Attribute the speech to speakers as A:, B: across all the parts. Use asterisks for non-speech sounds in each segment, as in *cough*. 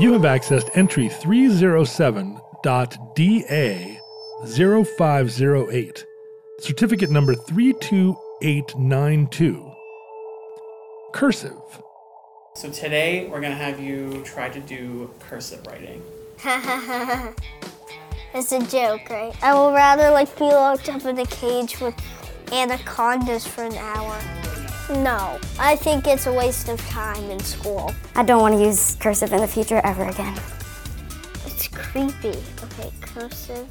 A: You have accessed entry 307.DA0508, certificate number 32892. Cursive.
B: So today we're gonna have you try to do cursive writing.
C: *laughs* It's a joke, right? I will rather like be locked up in a cage with anacondas for an hour. No, I think it's a waste of time in school.
D: I don't want to use cursive in the future ever again.
C: It's creepy. Okay, cursive.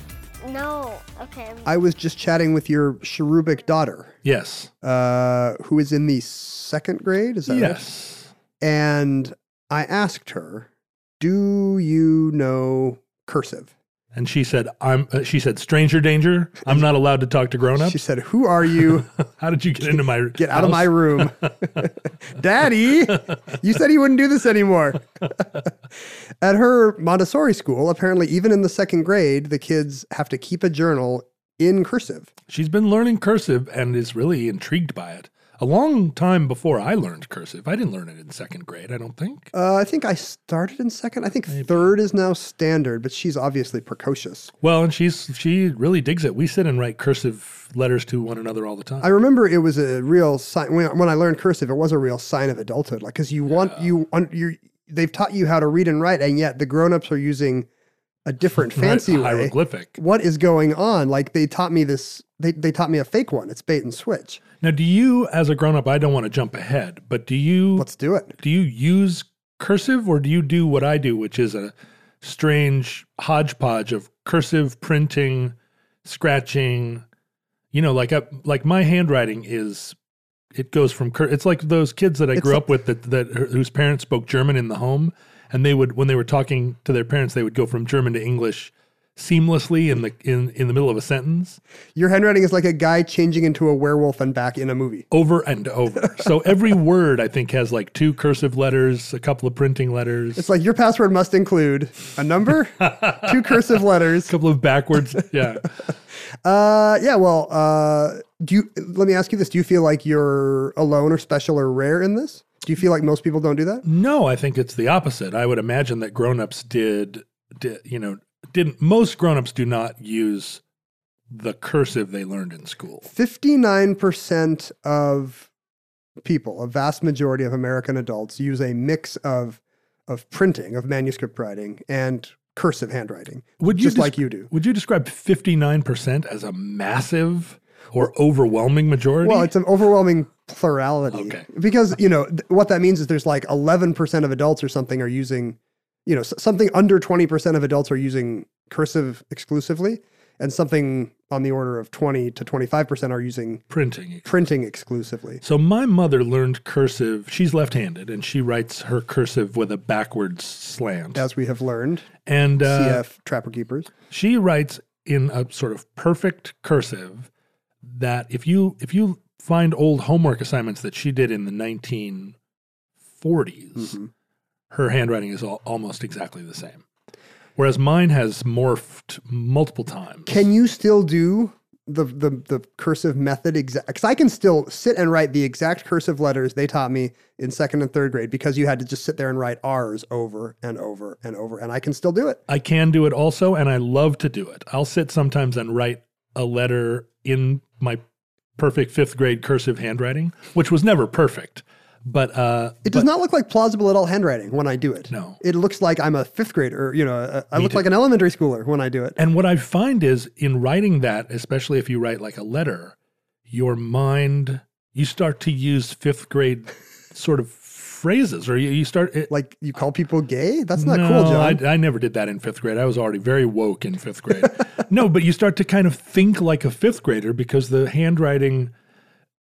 C: No. Okay. I'm-
E: I was just chatting with your cherubic daughter,
A: Yes.
E: uh, who is in the second grade, is that right?
A: yes.
E: And I asked her, Do you know cursive?
A: And she said, "I'm." Uh, she said, "Stranger danger. I'm not allowed to talk to
E: She
A: grown-ups."
E: said, Who are you?
A: How did you get into my
E: *laughs* Get
A: *laughs*
E: out of my
A: house?
E: room. *laughs* Daddy, you said you wouldn't do this anymore. *laughs* At her Montessori school, apparently, even in the second grade, the kids have to keep a journal in cursive.
A: She's been learning cursive and is really intrigued by it. A long time before I learned cursive, I didn't learn it in second grade. I don't think.
E: Uh, I think I started in second. I think third is now standard, but she's obviously precocious.
A: Well, and she's she really digs it. We sit and write cursive letters to one another all the time.
E: I remember it was a real sign when, when I learned cursive. It was a real sign of adulthood, like because you want you un- you they've taught you how to read and write, and yet the grown-ups are using a different
A: *laughs* Right,
E: fancy way.
A: hieroglyphic.
E: What is going on? Like they taught me this. They they taught me a fake one. It's bait and switch.
A: Now, do you, as a grown up, I don't want to jump ahead, but do you
E: Let's do it.
A: do you use cursive or do you do what I do, which is a strange hodgepodge of cursive, printing, scratching? You know, like I, like my handwriting is. It goes from cur- it's like those kids that I
E: It's
A: grew
E: like-
A: up with that that whose parents spoke German in the home, and they would when they were talking to their parents, they would go from German to English seamlessly in the in in the middle of a sentence.
E: Your handwriting is like a guy changing into a werewolf and back in a movie.
A: over and over. So
E: *laughs*
A: every word I think has like two cursive letters, a couple of printing letters,
E: It's like your password must include a number, two cursive letters.
A: a couple
E: *laughs*
A: of backwards. Yeah.
E: Uh, yeah. Well, uh, do you? Let me ask you this: Do you feel like you're alone or special or rare in this? Do you feel like most people don't do that?
A: No, I think it's the opposite. I would imagine that grown-ups did, did you know, didn't most grown-ups do not use the cursive they learned in school.
E: Fifty-nine percent of people, a vast majority of American adults, use a mix of of printing, of manuscript writing, and cursive handwriting,
A: Would you
E: just
A: desc-
E: like you do.
A: Would you describe 59% as a massive or overwhelming majority?
E: Well, it's an overwhelming plurality
A: Okay.
E: because you know th- what that means is there's like 11% of adults or something are using, you know, s- something under 20% of adults are using cursive exclusively, and something on the order of 20 to 25% are using
A: printing.
E: printing exclusively.
A: So my mother learned cursive. She's left-handed and she writes her cursive with a backwards slant.
E: As we have learned,
A: and uh,
E: CF Trapper Keepers.
A: she writes in a sort of perfect cursive that if you if you find old homework assignments that she did in the 1940s her handwriting is al- almost exactly the same whereas mine has morphed multiple times
E: Can you still do the the the cursive method exact because I can still sit and write the exact cursive letters they taught me in second and third grade because you had to just sit there and write R's over and over and over and I can still do it.
A: I can do it also, and I love to do it. I'll sit sometimes and write a letter in my perfect fifth grade cursive handwriting, which was never perfect, but uh,
E: It does not look like plausible at all handwriting when I do it.
A: No.
E: It looks like I'm a fifth grader, you know, uh, I look like an elementary schooler when I do it.
A: And what I find is in writing that, especially if you write like a letter, your mind, you start to use fifth grade sort of phrases or you, you start. It,
E: Like you call people gay? That's not cool, John.
A: I, I never did that in fifth grade. I was already very woke in fifth grade. *laughs* no, but you start to kind of think like a fifth grader because the handwriting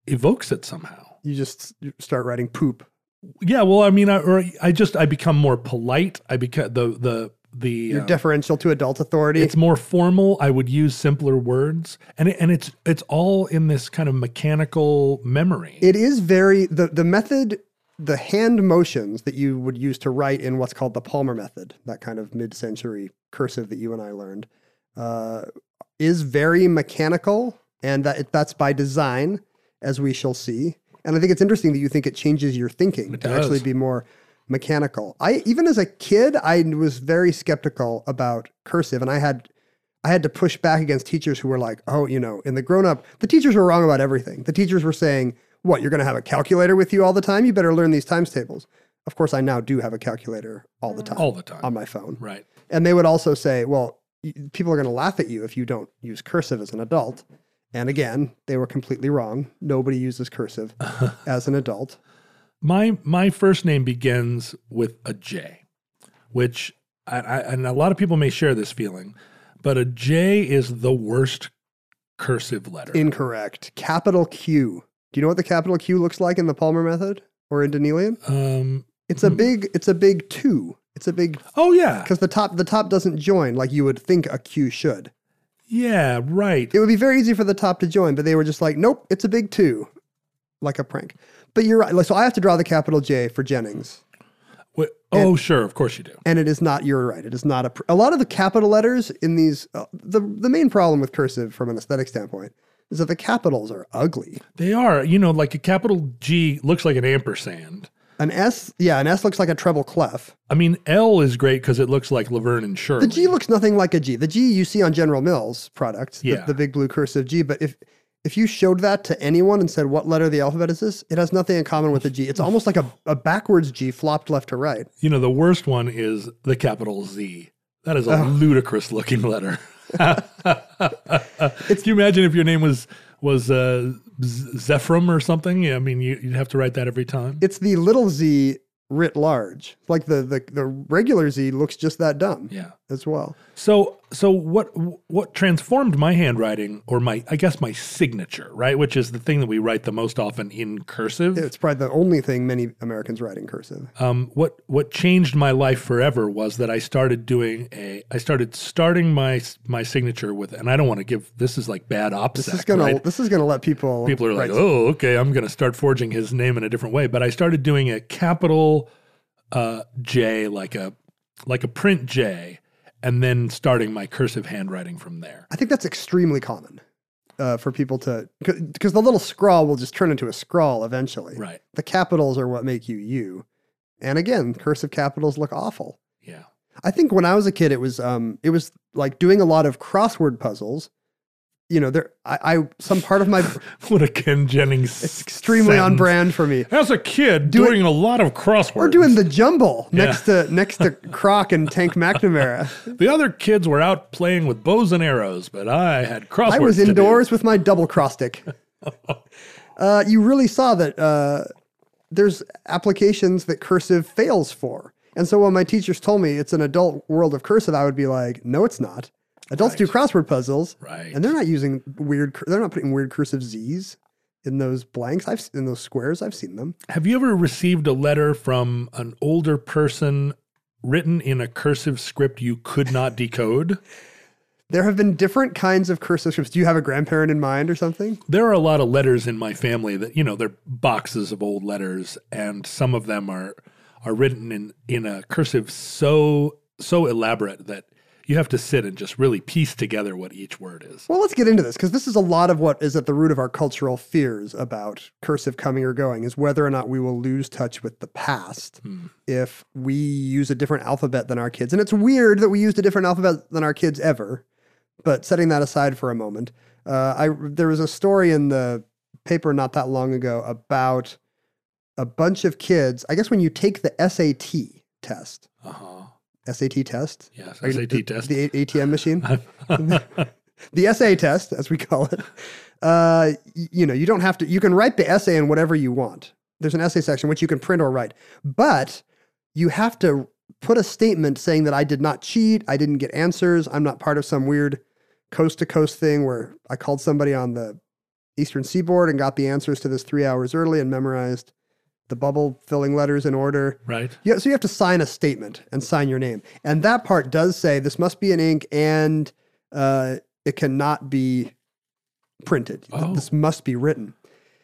A: evokes it somehow.
E: you just you start writing poop.
A: Yeah, well, I mean, I, or I just I become more polite. I become the the the
E: You're
A: uh,
E: deferential to adult authority.
A: it's more formal. I would use simpler words, and it, and it's it's all in this kind of mechanical memory.
E: It is very the the method, the hand motions that you would use to write in what's called the Palmer method, that kind of mid-century cursive that you and I learned, uh, is very mechanical, and that it, that's by design, as we shall see. And I think it's interesting that you think it changes your thinking to actually
A: does.
E: be more mechanical. I even as a kid, I was very skeptical about cursive, and I had I had to push back against teachers who were like, oh, you know, in the grown up, the teachers were wrong about everything. The teachers were saying, what, you're going to have a calculator with you all the time? You better learn these times tables. Of course, I now do have a calculator all the time
A: all the time,
E: on my phone.
A: Oh. right?
E: And they would also say, well, y- people are going to laugh at you if you don't use cursive as an adult. And again, they were completely wrong. Nobody uses cursive as an adult.
A: My my first name begins with a J, which I, I, and a lot of people may share this feeling, but a J is the worst cursive letter.
E: Incorrect. Capital Q. Do you know what the capital Q looks like in the Palmer method or in Denelian?
A: um,
E: It's a big. It's a big two. It's a big
A: oh yeah,
E: because the top the top doesn't join like you would think a Q should.
A: yeah, right.
E: It would be very easy for the top to join, but they were just like, nope, it's a big two, like a prank. But you're right. like, So I have to draw the capital J for Jennings,
A: Wait, oh sure, of course you do.
E: and it is not. You're right. It is not a. Pr- a lot of the capital letters in these. Uh, the the main problem with cursive from an aesthetic standpoint is that the capitals are ugly.
A: They are, you know, like a capital G looks like an ampersand.
E: An S, yeah, an S looks like a treble clef.
A: I mean, L is great because it looks like Laverne and Shirley.
E: The G looks nothing like a G. The G you see on General Mills products, the-
A: Yeah.
E: the, big blue cursive G. But if if you showed that to anyone and said, "What letter of the alphabet is this?" It has nothing in common with the G. It's almost like a, a backwards G flopped left to right.
A: you know, the worst one is the capital Z. That is a ludicrous
E: *laughs*
A: looking letter. Can you imagine if your name was was uh, Z- Zephram or something? Yeah, I mean, you, you'd have to write that every time.
E: It's the little Z writ large. Like the the, the regular Z looks just that dumb
A: yeah.
E: as well.
A: So so what what transformed my handwriting or my I guess my signature, right, which is the thing that we write the most often in cursive.
E: It's probably the only thing many Americans write in cursive.
A: um, what what changed my life forever was that I started doing a I started starting my my signature with and I don't want to give this is like bad opposite.
E: This is gonna this is gonna let people
A: People are like,
E: write-
A: oh, okay, I'm going to start forging his name in a different way. But I started doing a capital uh, J, like a like a print J, and then starting my cursive handwriting from there.
E: I think that's extremely common uh, for people to because the little scrawl will just turn into a scrawl eventually.
A: Right?
E: The capitals are what make you you. And again, cursive capitals look awful.
A: Yeah. *laughs*
E: I think when I was a kid, it was um, it was like doing a lot of crossword puzzles. You know, there I, I some part of my
A: *laughs* What a Ken Jennings.
E: it's extremely on
A: sentence.
E: brand for me.
A: As a kid,
E: Do it-
A: doing a lot of crosswords.
E: We're doing the jumble next to next
A: *laughs*
E: to Croc and Tank McNamara.
A: The other kids were out playing with bows and arrows, but I had crosswords.
E: I was
A: to do.
E: indoors with my double
A: *laughs*
E: crosstick. uh, you really saw that uh, there's applications that cursive fails for. And so when my teachers told me it's an adult world of cursive, I would be like, no, it's not. Adults do crossword puzzels,
A: Right.
E: and they're not using weird. cur- They're not putting weird cursive Z's in those blanks. I've s- in those squares. I've seen them.
A: Have you ever received a letter from an older person written in a cursive script you could not decode?
E: There have been different kinds of cursive scripts. Do you have a grandparent in mind or something?
A: There are a lot of letters in my family that, you know, they're boxes of old letters and some of them are are written in in a cursive so so elaborate that you have to sit and just really piece together what each word is.
E: Well, let's get into this because this is a lot of what is at the root of our cultural fears about cursive coming or going is whether or not we will lose touch with the past if we use a different alphabet than our kids. And it's weird that we used a different alphabet than our kids ever. But setting that aside for a moment, uh, I there was a story in the paper not that long ago about a bunch of kids. I guess when you take the SAT test,
A: Uh huh.
E: SAT test,
A: Yes.
E: Are you-
A: SAT
E: the,
A: test.
E: the A- ATM *laughs* machine, the essay test, as we call it. Uh, y- you know, you don't have to. You can write the essay in whatever you want. There's an essay section which you can print or write, but you have to put a statement saying that I did not cheat, I didn't get answers, I'm not part of some weird coast to coast thing where I called somebody on the Eastern Seaboard and got the answers to this three hours early and memorized the bubble filling letters in order.
A: right.
E: Yeah, so you have to sign a statement and sign your name, and that part does say this must be in ink and uh, it cannot be printed. Th-
A: Oh.
E: This must be written.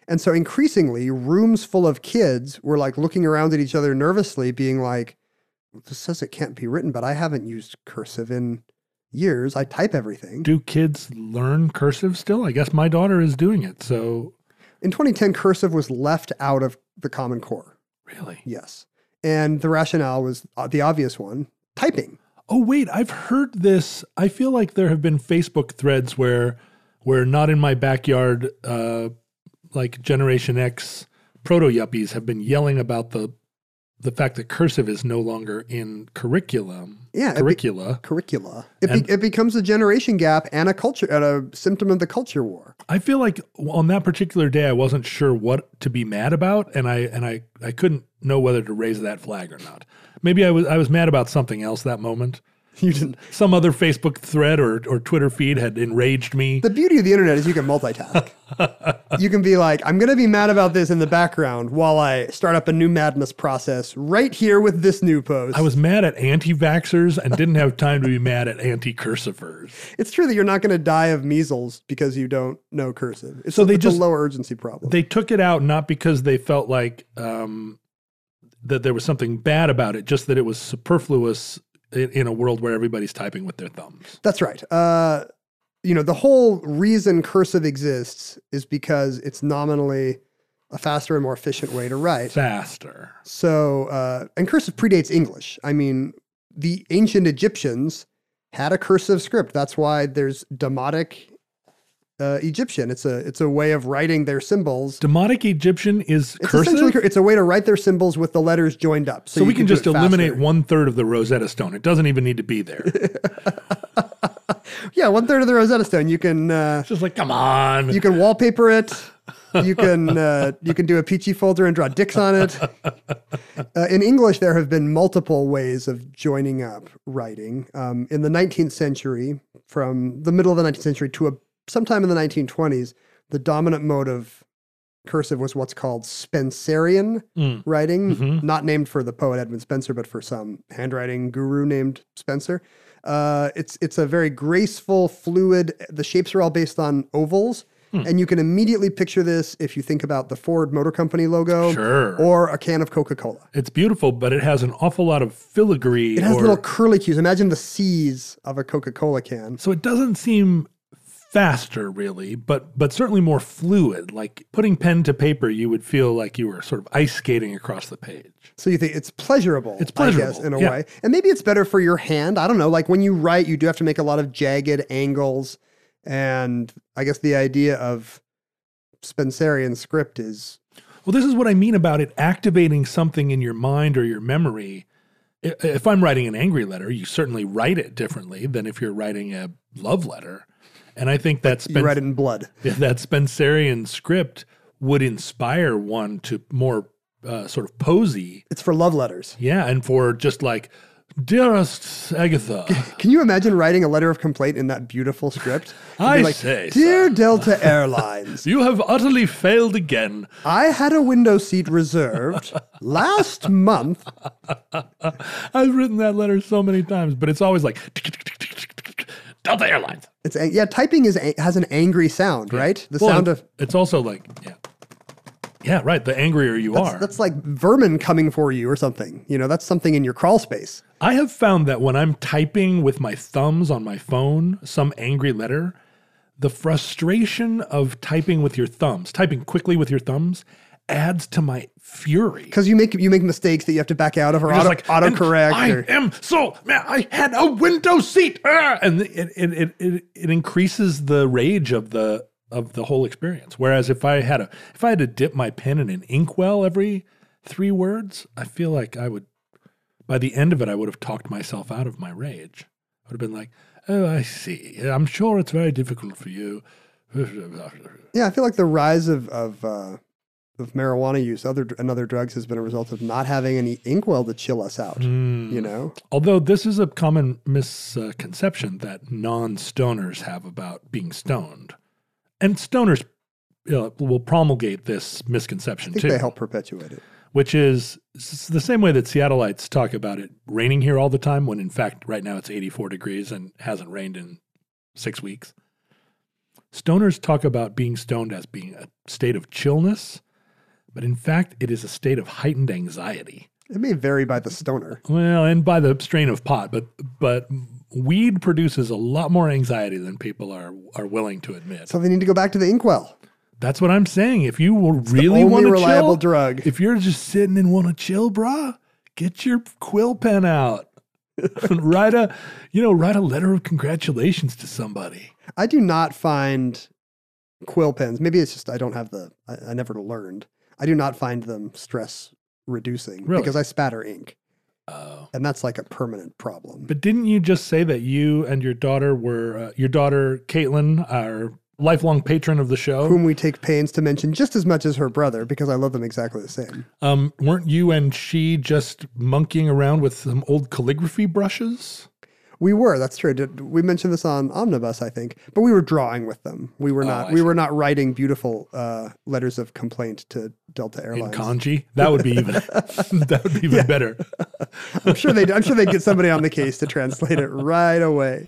E: And so increasingly, rooms full of kids were like looking around at each other nervously, being like, "This says it can't be written, but I haven't used cursive in years. I type everything."
A: Do kids learn cursive still? I guess my daughter is doing it. So
E: In 2010, cursive was left out of the Common Core.
A: really.
E: Yes, and the rationale was uh, the obvious one: typing.
A: Oh wait, I've heard this. I feel like there have been Facebook threads where where not in my backyard uh like Generation X proto yuppies have been yelling about the the fact that cursive is no longer in curriculum.
E: Yeah, it be-
A: Curricula.
E: curricula. It,
A: And-
E: be, it becomes a generation gap and a culture and a symptom of the culture war.
A: I feel like on that particular day I wasn't sure what to be mad about and I and I I couldn't know whether to raise that flag or not. Maybe I was I was mad about something else that moment.
E: You didn't.
A: Some other Facebook thread or or Twitter feed had enraged me.
E: The beauty of the internet is you can
A: *laughs*
E: multitask. you can be like, I'm going to be mad about this in the background while I start up a new madness process right here with this new post.
A: I was mad at anti vaxxers and didn't have time to be mad at anti cursivers.
E: it's true that you're not going to die of measles because you don't know cursive. It's
A: So
E: a,
A: they
E: it's
A: just-
E: a low urgency problem.
A: They took it out not because they felt like um, that there was something bad about it, just that it was superfluous in, in a world where everybody's typing with their thumbs.
E: That's right. Uh, you know, the whole reason cursive exists is because it's nominally a faster and more efficient way to write.
A: Faster.
E: So, uh, and cursive predates English. I mean, the ancient Egyptians had a cursive script. That's why there's Demotic uh, Egyptian. It's a it's a way of writing their symbols.
A: Demotic Egyptian is
E: It's essentially
A: cursive.
E: cur- it's a way to write their symbols with the letters joined up.
A: so we
E: you
A: can
E: do
A: just
E: it faster.
A: eliminate one third of the Rosetta Stone. It doesn't even need to
E: *laughs*
A: be there. It's
E: Yeah, one third of the Rosetta Stone. You can uh,
A: just like, come on.
E: you can wallpaper it. You can uh, you can do a peachy folder and draw dicks on it. Uh, in English, there have been multiple ways of joining up writing. Um, in the 19th century, from the middle of the 19th century to a, sometime in the 1920s, the dominant mode of cursive was what's called Spencerian
A: Mm.
E: writing,
A: Mhm.
E: not named for the poet Edmund Spencer, but for some handwriting guru named Spencer. Uh, it's it's a very graceful, fluid. The shapes are all based on ovals,
A: Hmm.
E: and you can immediately picture this if you think about the Ford Motor Company logo,
A: Sure.
E: or a can of Coca Cola.
A: It's beautiful, but it has an awful lot of filigree.
E: It has
A: or,
E: little curly cues. Imagine the C's of a Coca Cola can.
A: So it doesn't seem faster really, but but certainly more fluid. Like putting pen to paper, you would feel like you were sort of ice skating across the page.
E: So you think it's pleasurable.
A: It's
E: I guess,
A: pleasurable,
E: in a
A: yeah.
E: way. And maybe it's better for your hand. I don't know. Like when you write, you do have to make a lot of jagged angles. And I guess the idea of Spencerian script is
A: Well, this is what I mean about it activating something in your mind or your memory. I- If I'm writing an angry letter, you certainly write it differently than if you're writing a love letter. And I think that's
E: you write it in blood.
A: that Spencerian script would inspire one to more uh, sort of posy.
E: It's for love letters.
A: Yeah, and for just like, dearest Agatha.
E: Can you imagine writing a letter of complaint in that beautiful
A: *laughs*
E: script? It'd be
A: I
E: like,
A: say,
E: Dear Delta Airlines,
A: You have utterly failed again.
E: I had a window seat
A: *laughs*
E: reserved last month
A: I've written that letter so many times, but it's always like Delta Airlines.
E: It's ang- yeah, typing is a- has an angry sound, right? The
A: Well,
E: sound of
A: it's also like yeah, yeah, right. The angrier you
E: that's,
A: are,
E: that's like vermin coming for you or something. You know, that's something in your crawl space.
A: I have found that when I'm typing with my thumbs on my phone some angry letter, the frustration of typing with your thumbs, typing quickly with your thumbs, adds to my fury.
E: because you make you make mistakes that you have to back out of or
A: It's
E: auto,
A: "And
E: autocorrect.
A: I
E: or,
A: am so man. I had a window seat, Ah!" and it it, it it it increases the rage of the of the whole experience. Whereas if I had a if I had to dip my pen in an inkwell every three words, I feel like I would by the end of it I would have talked myself out of my rage. I would have been like, "Oh, I see. I'm sure it's very difficult for you." *laughs*
E: yeah, I feel like the rise of of uh, of marijuana use, other dr- and other drugs, has been a result of not having any inkwell to chill us out.
A: Hmm.
E: You know,
A: Although this is a common misconception that non stoners have about being stoned. And stoners uh, will promulgate this misconception
E: I think
A: too,
E: they help perpetuate it.
A: which is s- the same way that Seattleites talk about it raining here all the time, when in fact, right now it's 84 degrees and hasn't rained in six weeks. Stoners talk about being stoned as being a state of chillness, but in fact, it is a state of heightened anxiety.
E: It may vary by the stoner.
A: Well, and by the strain of pot, but but weed produces a lot more anxiety than people are are willing to admit.
E: So they need to go back to the inkwell.
A: That's what I'm saying. If you will really
E: only
A: want to
E: reliable
A: chill,
E: drug.
A: if you're just sitting and want to chill, brah, get your quill pen out. *laughs* write a, you know, write a letter of congratulations to somebody.
E: I do not find quill pens. Maybe it's just I don't have the. I, I never learned. I do not find them stress reducing
A: Really?
E: because I spatter ink,
A: Oh.
E: and that's like a permanent problem.
A: But didn't you just say that you and your daughter were uh, your daughter Caitlin, our lifelong patron of the show?
E: whom we take pains to mention just as much as her brother because I love them exactly the same.
A: Um, weren't you and she just monkeying around with some old calligraphy brushes?
E: We were, that's true. Did, we mentioned this on Omnibus, I think, but we were drawing with them. We were not.
A: Oh, I
E: we
A: see.
E: were not writing beautiful uh, letters of complaint to Delta
A: In
E: Airlines.
A: kanji, that would be even *laughs* that would be even better.
E: I'm sure they. I'm sure they'd get somebody on the case to translate
A: *laughs*
E: it right away.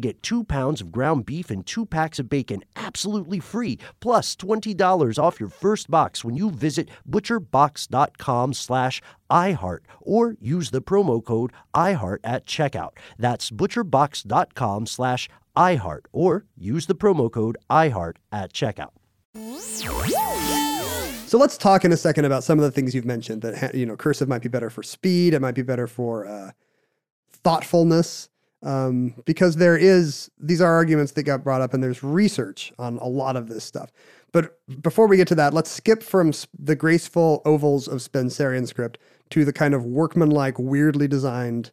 F: get two pounds of ground beef and two packs of bacon absolutely free, plus $20 off your first box when you visit butcherbox.com slash iHeart or use the promo code iHeart at checkout. That's butcherbox.com slash iHeart or use the promo code iHeart at checkout.
E: So let's talk in a second about some of the things you've mentioned that ha- you know cursive might be better for speed, it might be better for uh, thoughtfulness, um, because there is these are arguments that got brought up, and there's research on a lot of this stuff. But before we get to that, let's skip from sp- the graceful ovals of Spencerian script to the kind of workmanlike, weirdly designed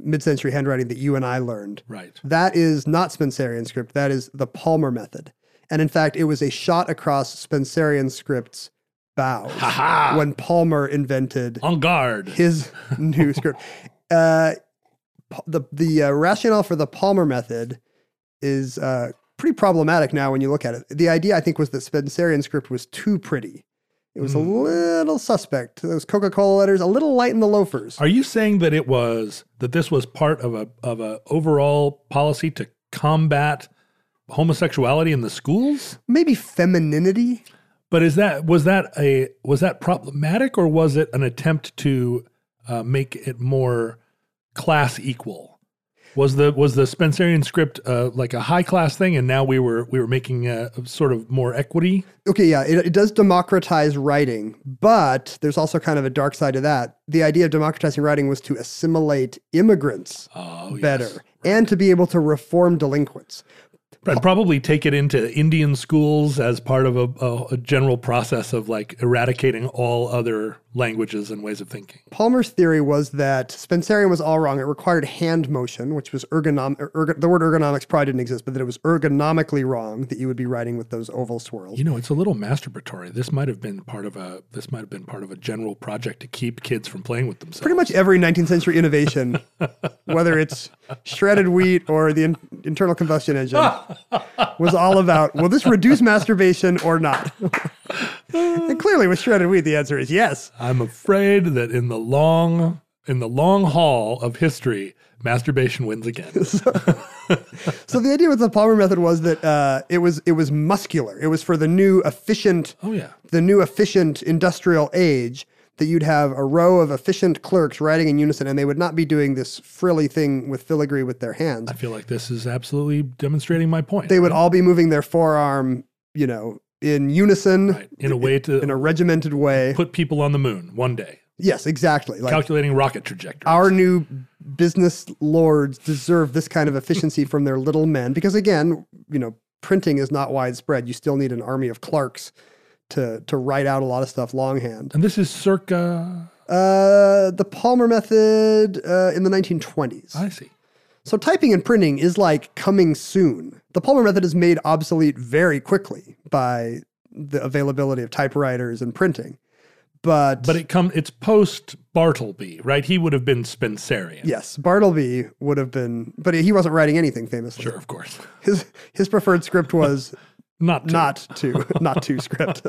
E: mid-century handwriting that you and I learned.
A: Right.
E: That is not Spencerian script. That is the Palmer method. And in fact, it was a shot across Spencerian script's bows
A: Aha!
E: when Palmer invented
A: On guard.
E: his new script. Uh, pa- the the uh, rationale for the Palmer method is uh, pretty problematic now when you look at it. The idea I think was that Spencerian script was too pretty. It was a little suspect. Those Coca Cola letters, a little light in the loafers.
A: Are you saying that it was that this was part of a of a overall policy to combat homosexuality in the schools?
E: Maybe femininity.
A: But is that was that a was that problematic or was it an attempt to uh, make it more class equal? Was the was the Spencerian script uh, like a high class thing, and now we were we were making a, sort of more equity?
E: okay, yeah, it, it does democratize writing, but there's also kind of a dark side to that. The idea of democratizing writing was to assimilate immigrants
A: Oh, yes.
E: better and to be able to reform delinquents.
A: I'd probably take it into Indian schools as part of a, a, a general process of like eradicating all other languages and ways of thinking.
E: Palmer's theory was that Spencerian was all wrong. It required hand motion, which was ergonomic. Ergo- the word ergonomics probably didn't exist, but that it was ergonomically wrong that you would be writing with those oval swirls.
A: You know, it's a little masturbatory. This might have been part of a this might have been part of a general project to keep kids from playing with themselves.
E: Pretty much every 19th century innovation, whether it's shredded wheat or the in- internal combustion engine, was all about will this reduce masturbation or not? *laughs* and clearly, with shredded wheat, the answer is yes.
A: I'm afraid that in the long in the long haul of history, masturbation wins again.
E: *laughs* So the idea with the Palmer method was that uh, it was it was muscular. It was for the new efficient,
A: oh yeah.
E: the new efficient industrial age that you'd have a row of efficient clerks writing in unison, and they would not be doing this frilly thing with filigree with their hands.
A: I feel like this is absolutely demonstrating my point.
E: They would all be moving their forearm, you know, in unison,
A: Right. in a way to
E: in a regimented way.
A: put people on the moon one day,
E: yes, exactly. Like
A: calculating rocket trajectories.
E: our new business lords deserve this kind of efficiency from their little men because again you know printing is not widespread you still need an army of clerks to to write out a lot of stuff longhand
A: and this is circa.
E: uh, the palmer method uh, in the 1920s
A: I see.
E: so typing and printing is like coming soon the palmer method is made obsolete very quickly by the availability of typewriters and printing but
A: But it come. It's post Bartleby, right? He would have been Spencerian.
E: yes bartleby would have been but he wasn't writing anything famously
A: Sure, of course.
E: his his preferred script was
A: *laughs* Not to.
E: not to *laughs* not to script.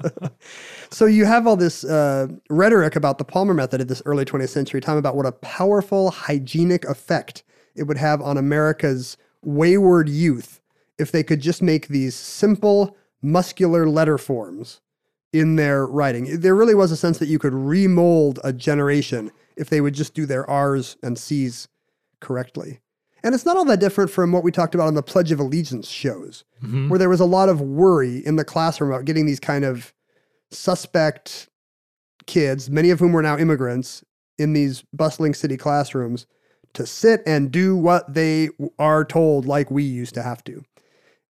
E: so you have all this uh, rhetoric about the Palmer method at this early 20th century time about what a powerful hygienic effect it would have on America's wayward youth if they could just make these simple muscular letter forms in their writing. There really was a sense that you could remold a generation if they would just do their R's and C's correctly. And it's not all that different from what we talked about on the Pledge of Allegiance shows, where there was a lot of worry in the classroom about getting these kind of suspect kids, many of whom were now immigrants, in these bustling city classrooms to sit and do what they w- are told, like we used to have to.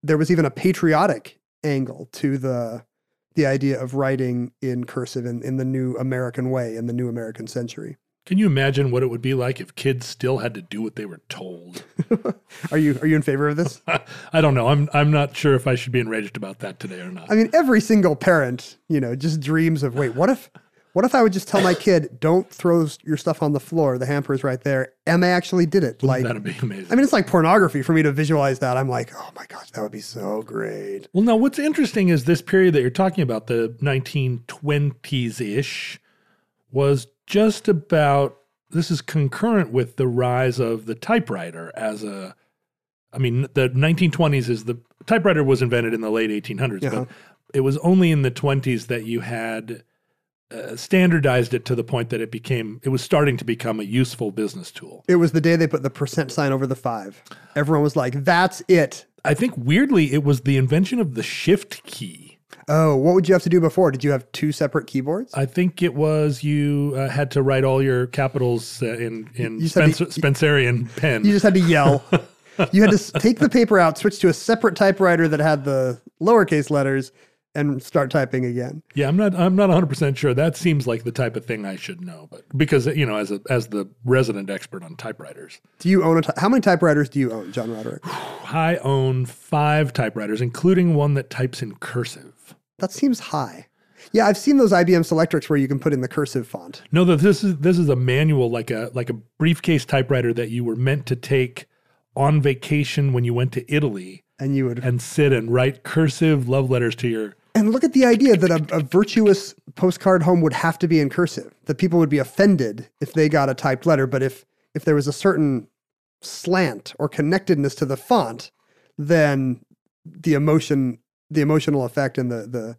E: There was even a patriotic angle to the the idea of writing in cursive in, in the new American way, in the new American century.
A: Can you imagine what it would be like if kids still had to do what they were
E: *laughs*
A: told?
E: Are you are you in favor of this?
A: I don't know. I'm I'm not sure if I should be enraged about that today or not.
E: I mean, every single parent, you know, just dreams of wait, what if, what if I would just tell my kid, don't throw s- your stuff on the floor. The hamper is right there, and they actually did it. Like,
A: That'd be amazing.
E: I mean, it's like pornography for me to visualize that. I'm like, oh my gosh, that would be so great.
A: Well, now what's interesting is this period that you're talking about, the 1920s ish, was just about this is concurrent with the rise of the typewriter as a. I mean, the 1920s is the typewriter was invented in the late 1800s,
E: Uh-huh.
A: but it was only in the 20s that you had uh, standardized it to the point that it became, it was starting to become a useful business tool.
E: It was the day they put the percent sign over the five. Everyone was like, that's it.
A: I think weirdly, it was the invention of the shift key.
E: Oh, what would you have to do before? Did you have two separate keyboards?
A: I think it was you uh, had to write all your capitals uh, in in
E: You said
A: Spencer, Spencerian pen.
E: You just had to yell. you had to s- take the paper out, switch to a separate typewriter that had the lowercase letters, and start typing again.
A: yeah, I'm not I'm not 100 percent sure. That seems like the type of thing I should know, but because you know, as a, as the resident expert on typewriters,
E: Do you own a? Ty- How many typewriters do you own, John Roderick?
A: I own five typewriters, including one that types in cursive.
E: That seems high. Yeah, I've seen those IBM Selectrics where you can put in the cursive font.
A: No, that this is this is a manual like a like a briefcase typewriter that you were meant to take on vacation when you went to Italy
E: And you would.
A: and sit and write cursive love letters to your
E: And look at the idea that a, a virtuous postcard home would have to be in cursive. That people would be offended if they got a typed letter, but if if there was a certain slant or connectedness to the font, then the emotion, the emotional effect, and the the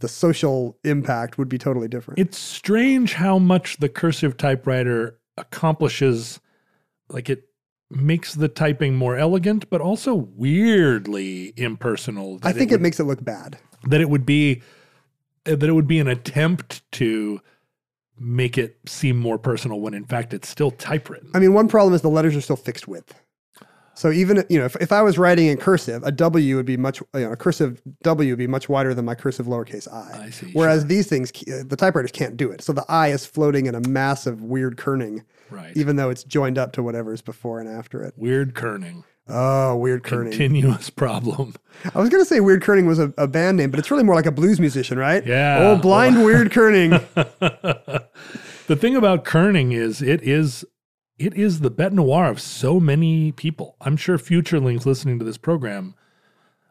E: the social impact would be totally different.
A: It's strange how much the cursive typewriter accomplishes. Like it makes the typing more elegant, but also weirdly impersonal.
E: I
A: that
E: think it,
A: it would-
E: makes it look bad.
A: that it would be uh, that it would be an attempt to make it seem more personal when in fact it's still typewritten.
E: I mean, one problem is the letters are still fixed width. So even you know, if, if I was writing in cursive, a W would be much you know, a cursive W would be much wider than my cursive lowercase i.
A: I see,
E: Whereas these things, uh, the typewriters can't do it. So the i is floating in a massive weird kerning,
A: Right.
E: even though it's joined up to whatever's before and after it.
A: Weird kerning.
E: Oh, weird kerning.
A: Continuous *laughs* problem.
E: I was gonna say Weird Kerning was a, a band name, but it's really more like a blues musician, right?
A: Yeah.
E: Oh, blind Weird
A: *laughs*
E: Kerning.
A: The thing about kerning is it is it is the bête noire of so many people. I'm sure futurelings listening to this program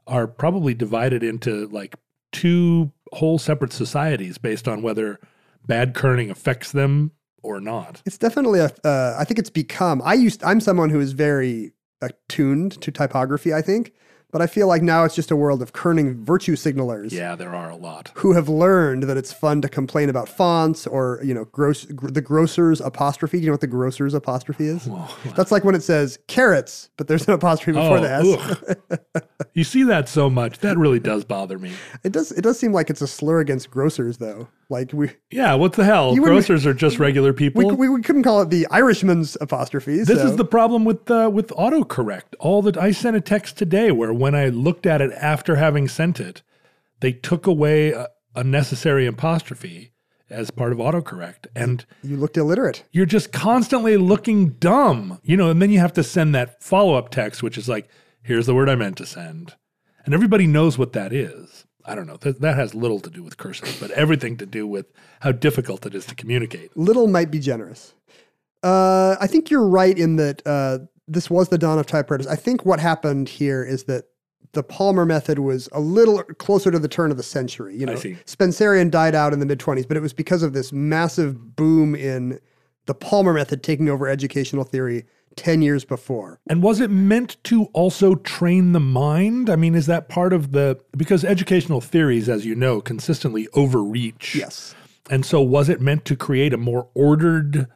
A: are probably divided into like two whole separate societies based on whether bad kerning affects them or not.
E: It's definitely a. Uh, I think it's become. I used. I'm someone who is very attuned to typography. I think, but I feel like now it's just a world of kerning virtue signalers
A: Yeah, there are a lot.
E: who have learned that it's fun to complain about fonts or you know gross gr- the grocer's apostrophe. Do you know what the grocer's apostrophe is? That's like when it says carrots, but there's an apostrophe before the S.
A: Oh, ugh. you see that so much. That really does bother me.
E: It does. It does seem like it's a slur against grocers, though. Like we.
A: Yeah, what the hell?
E: You wouldn't-
A: Grocers are just regular people.
E: We, we, we couldn't call it the Irishman's apostrophe.
A: This
E: so-
A: is the problem with uh, with autocorrect. All that I sent a text today where when I looked at it after having sent it, they took away a, a necessary apostrophe as part of autocorrect, and
E: you looked illiterate.
A: you're just constantly looking dumb, you know. And then you have to send that follow up text, which is like, "Here's the word I meant to send," and everybody knows what that is. I don't know. That, that has little to do with cursive, but everything to do with how difficult it is to communicate.
E: Little might be generous. Uh, I think you're right in that uh, this was the dawn of typewriters. I think what happened here is that the Palmer method was a little closer to the turn of the century. You know,
A: see.
E: Spencerian died out in the mid 20s, but it was because of this massive boom in the Palmer method taking over educational theory 10 years before.
A: And was it meant to also train the mind? I mean, is that part of the because educational theories, as you know, consistently overreach.
E: Yes,
A: And so was it meant to create a more ordered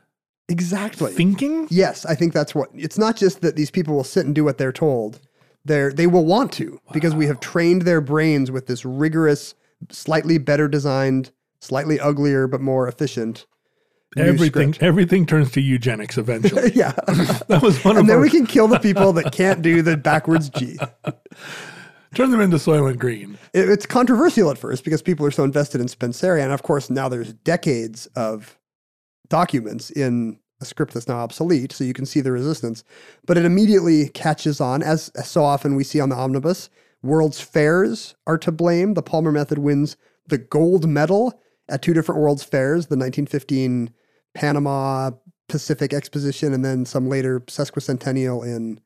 E: exactly.
A: thinking?
E: Yes, I think that's what it's not just that these people will sit and do what they're told. They're they will want to because we have trained their brains with this rigorous, slightly better designed, slightly uglier but more efficient. *laughs* new
A: everything
E: script.
A: everything turns to eugenics eventually.
E: *laughs* Yeah.
A: *laughs* That was one of
E: and then
A: our,
E: we can kill the people that can't do the backwards G.
A: turn them into Soylent Green.
E: It- it's controversial at first because people are so invested in Spencerian. And of course, now there's decades of documents in a script that's now obsolete, so you can see the resistance. But it immediately catches on, as, as so often we see on the omnibus. World's fairs are to blame. The Palmer Method wins the gold medal at two different World's fairs the 1915 Panama Pacific Exposition, and then some later sesquicentennial in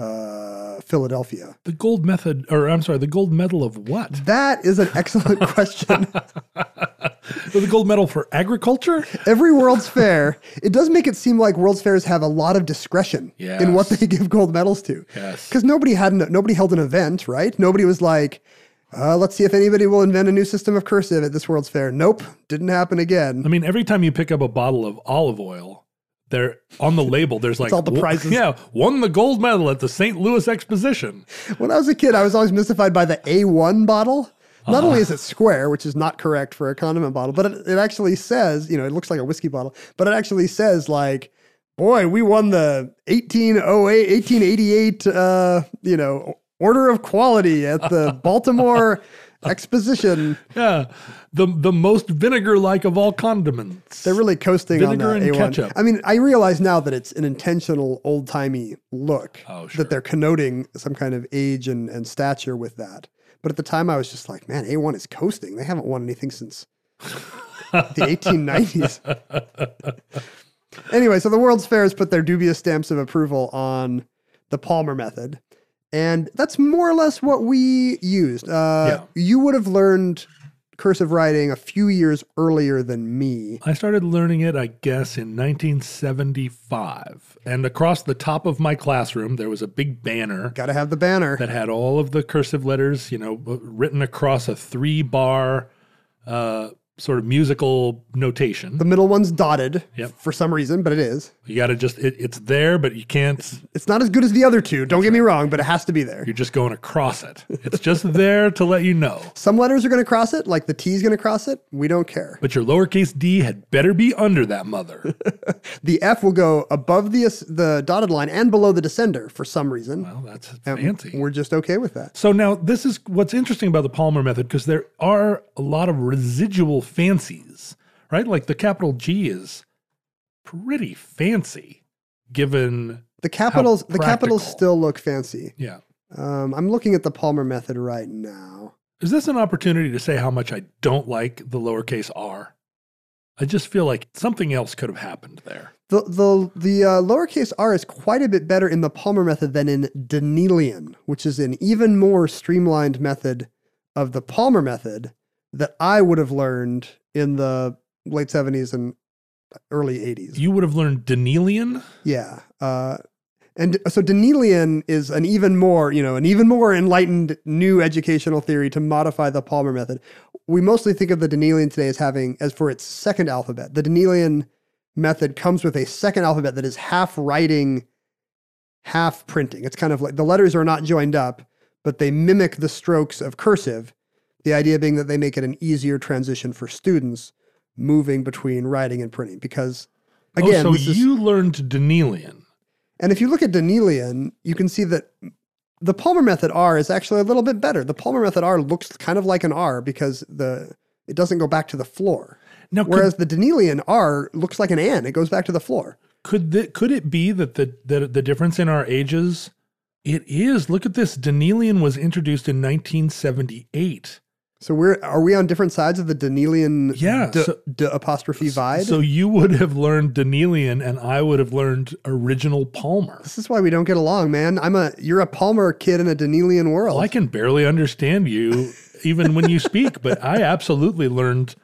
E: uh, Philadelphia.
A: The gold method or I'm sorry, the gold medal of what?
E: That is an excellent *laughs* question.
A: the gold medal for agriculture?
E: Every World's Fair, it does make it seem like World's Fairs have a lot of discretion in what
A: Yes.
E: they give gold medals to.
A: Yes.
E: Because nobody had an, nobody held an event, right? Nobody was like, uh, let's see if anybody will invent a new system of cursive at this World's Fair. Nope, didn't happen again.
A: I mean, every time you pick up a bottle of olive oil, there on the
E: *laughs*
A: label, there's like
E: all the
A: wo-
E: prizes.
A: Yeah, won the gold medal at the St. Louis Exposition.
E: When I was a kid, I was always mystified by the A1 bottle. Not only is it square, which is not correct for a condiment bottle, but it, it actually says, you know, it looks like a whiskey bottle, but it actually says, like, boy, we won the 1808, 1888, uh, you know, Order of Quality at the Baltimore Exposition.
A: Yeah, the the most vinegar like of all condiments.
E: They're really coasting
A: Vinegar
E: on
A: and
E: that A1.
A: ketchup.
E: I mean, I realize now that it's an intentional old timey look.
A: Oh, sure.
E: That they're connoting some kind of age and, and stature with that. But at the time, I was just like, man, A1 is coasting. They haven't won anything since the
A: *laughs*
E: 1890s. anyway, so the World's Fairs put their dubious stamps of approval on the Palmer method. And that's more or less what we used. Uh, You would have learned cursive writing a few years earlier than me.
A: I started learning it, I guess, in 1975. And across the top of my classroom, there was a big banner
E: Got to have the banner.
A: that had all of the cursive letters, you know, written across a three bar uh, sort of musical notation.
E: The middle one's dotted
A: Yep.
E: for some reason, but it is.
A: You got to just, it, it's there, but you can't,
E: It's not as good as the other two. Don't get me wrong, but it has to be there.
A: you're just going across it. It's just there to let you know.
E: Some letters are going to cross it, like the T's going to cross it. We don't care.
A: But your lowercase d had better be under that mother.
E: The F will go above the as- the dotted line and below the descender for some reason.
A: Well, that's
E: And
A: fancy.
E: We're just okay with that.
A: So now this is what's interesting about the Palmer method because there are a lot of residual fancies, right? Like the capital G is pretty fancy given
E: The capitals the capitals
A: practical.
E: still look fancy.
A: yeah.
E: Um, I'm looking at the Palmer method right now.
A: Is this an opportunity to say how much I don't like the lowercase r? I just feel like something else could have happened there.
E: The the the uh, lowercase r is quite a bit better in the Palmer method than in Danelian, which is an even more streamlined method of the Palmer method that I would have learned in the late 70s and early 80s.
A: You would have learned Danelian.
E: Yeah. Uh, and so Danelian is an even more, you know, an even more enlightened new educational theory to modify the Palmer method. We mostly think of the Danelian today as having, as for its second alphabet. The Danelian method comes with a second alphabet that is half writing, half printing. It's kind of like the letters are not joined up, but they mimic the strokes of cursive. The idea being that they make it an easier transition for students moving between writing and printing because, again,
A: oh,
E: this
A: so
E: is,
A: you learned Danelian.
E: and if you look at Danelian, you can see that the Palmer method R is actually a little bit better. The Palmer method R looks kind of like an R because the it doesn't go back to the floor.
A: Now, could-
E: Whereas the Danelian R looks like an N. It goes back to the floor.
A: Could the, could it be that the, the the difference in our ages? It is. Look at this. Danelian was introduced in 1978.
E: So we're are we on different sides of the Danelian
A: Yeah,
E: d,
A: so-
E: d apostrophe vide?
A: So you would have learned Danelian, and I would have learned original Palmer.
E: this is why we don't get along, man. I'm a you're a Palmer kid in a Danelian world.
A: Well, I can barely understand you even when you speak, *laughs* but I absolutely learned.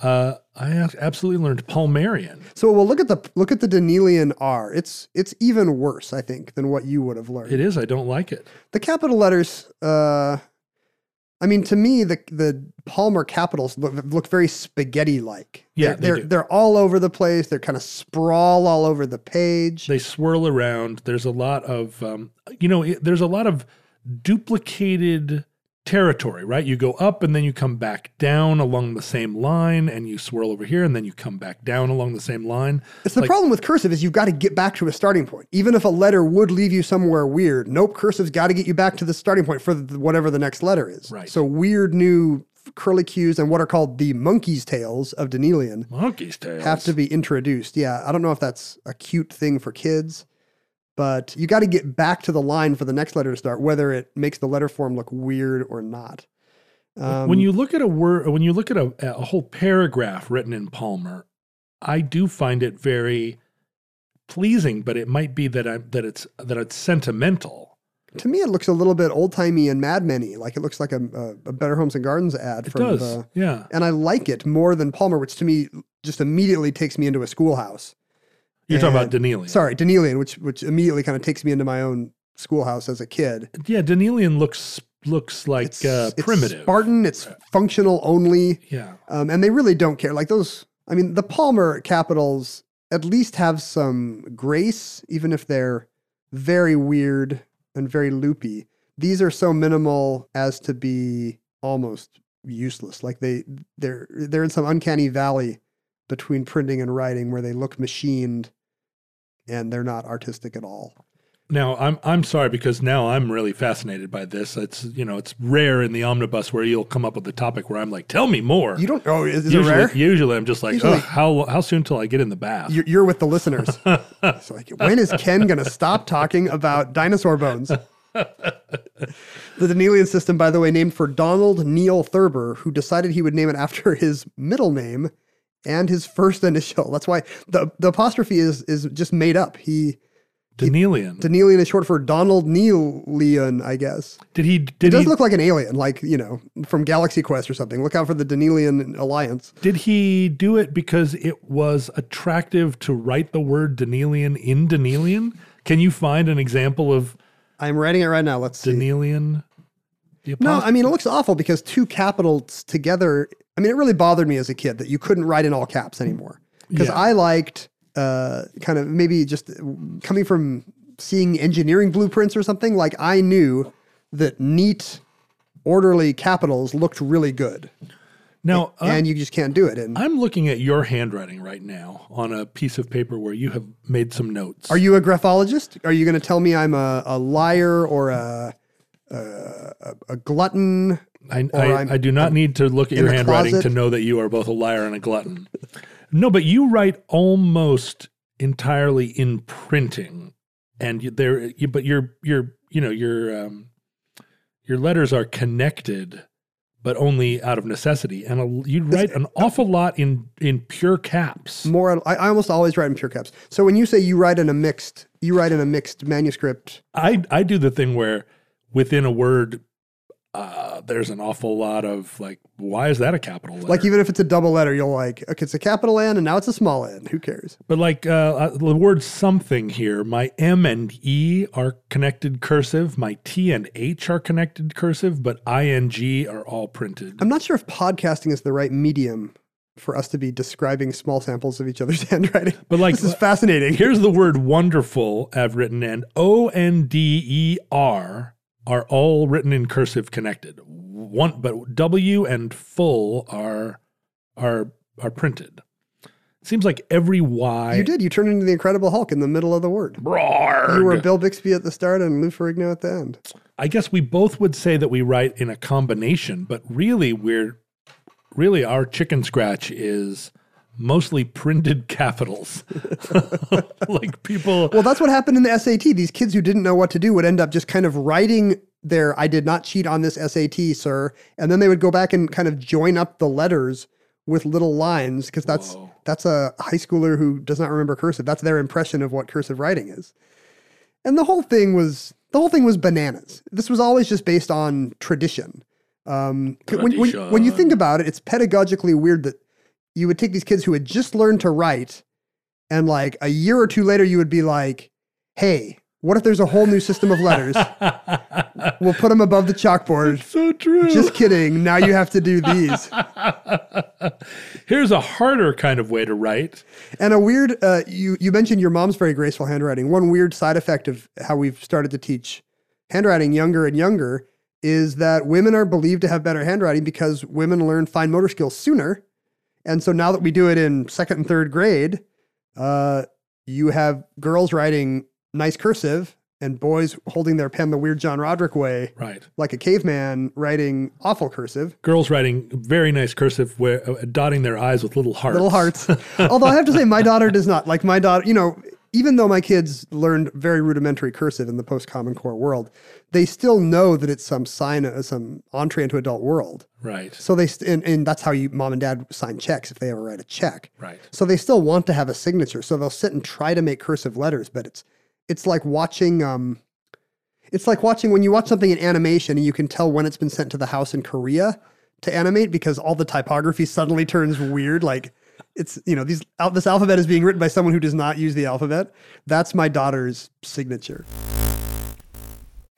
A: Uh, I ab- absolutely learned Palmarian.
E: so well look at the look at the Danelian R. It's it's even worse, I think, than what you would have learned.
A: It is. I don't like it.
E: the capital letters uh i mean to me the the palmer capitals look, look very spaghetti like
A: Yeah, they
E: they're
A: do.
E: they're, they're all over the place they're kind of sprawl all over the page
A: They swirl around. There's a lot of, um, you know, it, there's a lot of duplicated territory, right? You go up and then you come back down along the same line and you swirl over here and then you come back down along the same line.
E: it's the problem with cursive is you've got to get back to a starting point even if a letter would leave you somewhere weird nope cursive's got to get you back to the starting point for the, whatever the next letter is
A: Right.
E: so weird new curly cues and what are called the monkey's tails of danelian
A: Monkey's tail.
E: have to be introduced. Yeah, I don't know if that's a cute thing for kids, but you got to get back to the line for the next letter to start, whether it makes the letter form look weird or not. um,
A: when you look at a word, when you look at a, a whole paragraph written in Palmer, I do find it very pleasing, but it might be that I that it's that it's sentimental.
E: Um, To me, it looks a little bit old timey and Mad Men-y. Like it looks like a, a, a Better Homes and Gardens ad.
A: It
E: from
A: does,
E: The,
A: yeah.
E: and I like it more than Palmer, which to me just immediately takes me into a schoolhouse.
A: You're talking about
E: And-
A: Danelian.
E: Sorry, Danelian, which which immediately kind of takes me into my own schoolhouse as a kid.
A: Yeah, Danelian looks looks like uh, primitive.
E: It's Spartan. It's functional only.
A: Yeah.
E: um, and they really don't care. Like those, I mean, the Palmer Capitals at least have some grace, even if they're very weird and very loopy. These are so minimal as to be almost useless. Like they they're they're in some uncanny valley between printing and writing where they look machined and they're not artistic at all.
A: Now I'm I'm sorry because now I'm really fascinated by this. It's you know it's rare in the omnibus where you'll come up with a topic where I'm like, tell me more.
E: You don't oh is, is it
A: usually,
E: rare?
A: usually I'm just like,
E: Usually-
A: "Ugh, how how soon till I get in the bath?
E: You're, you're with the listeners. it's like, when is Ken going to stop talking about dinosaur bones? The Danelian system, by the way, named for Donald Neil Thurber, who decided he would name it after his middle name and his first initial. That's why the, the apostrophe is is just made up. He
A: Danelian.
E: Danelian is short for Donald Neil Leon, I guess.
A: did he
E: It
A: did
E: does
A: he
E: look like an alien, like you know, from Galaxy Quest or something. Look out for the Danelian alliance.
A: did he do it because it was attractive to write the word Danelian in Danelian? Can you find an example of
E: I'm writing it right now. Let's see.
A: Danelian? The
E: No,
A: apostrophe-
E: I mean it looks awful because two capitals together. I I mean, it really bothered me as a kid that you couldn't write in all caps anymore because
A: Yeah.
E: I liked uh, kind of maybe just coming from seeing engineering blueprints or something. Like I knew that neat, orderly capitals looked really good,
A: Now, uh,
E: and you just can't do it. And
A: I'm looking at your handwriting right now on a piece of paper where you have made some notes.
E: Are you a graphologist? Are you going to tell me I'm a, a liar or a a, a glutton?
A: I,
E: or
A: I,
E: I'm-
A: I do not need to look at your
E: the
A: handwriting
E: closet?
A: to know that you are both a liar and a glutton. no, but you write almost entirely in printing, and you, there. You, but your your you know your um, your letters are connected, but only out of necessity. And a, you write an awful lot in in pure caps.
E: More, I, I almost always write in pure caps. So when you say you write in a mixed, you write in a mixed manuscript.
A: I I do the thing where within a word. Uh, there's an awful lot of like, why is that a capital letter?
E: Like even if it's a double letter, you'll like, okay, it's a capital N and now it's a small N. Who cares?
A: But like uh, uh, the word something here, my M and E are connected cursive, my T and H are connected cursive, but I and G are all printed.
E: I'm not sure if podcasting is the right medium for us to be describing small samples of each other's *laughs* handwriting.
A: But, like, uh,
E: this is fascinating.
A: Here's the word wonderful I've written, and O and D E R are all written in cursive connected. One, but W and full are are are printed. Seems like every Y.
E: you did. You turned into the Incredible Hulk in the middle of the word.
A: Brarg.
E: You were Bill Bixby at the start and Lou Ferrigno at the end.
A: I guess we both would say that we write in a combination, but really we're really our chicken scratch is mostly printed capitals. like people
E: Well, that's what happened in the SAT. These kids who didn't know what to do would end up just kind of writing their I did not cheat on this SAT, sir. And then they would go back and kind of join up the letters with little lines because that's
A: Whoa.
E: that's a high schooler who does not remember cursive. That's their impression of what cursive writing is. And the whole thing was the whole thing was bananas. This was always just based on tradition. Um, c- when, when, when you think about it, it's pedagogically weird that you would take these kids who had just learned to write, and like a year or two later, you would be like, "Hey, what if there's a whole new system of letters? we'll put them above the chalkboard."
A: so true.
E: Just kidding. Now you have to do these.
A: Here's a harder kind of way to write.
E: And a weird, uh, you you mentioned your mom's very graceful handwriting. One weird side effect of how we've started to teach handwriting younger and younger is that women are believed to have better handwriting because women learn fine motor skills sooner. And so now that we do it in second and third grade, uh, you have girls writing nice cursive and boys holding their pen the weird John Roderick way,
A: Right.
E: like a caveman writing awful cursive.
A: Girls writing very nice cursive where uh, dotting their eyes with little hearts.
E: Little hearts. *laughs* Although I have to say, my daughter does not. Like my daughter, you know, even though my kids learned very rudimentary cursive in the post Common Core world, they still know that it's some sign, of some entree into adult world.
A: Right.
E: So they, st- and, and that's how you, mom and dad sign checks if they ever write a check.
A: Right.
E: So they still want to have a signature. So they'll sit and try to make cursive letters, but it's, it's like watching, um, it's like watching when you watch something in animation and you can tell when it's been sent to the house in Korea to animate because all the typography suddenly turns weird. Like it's, you know, these, al- this alphabet is being written by someone who does not use the alphabet. That's my daughter's signature.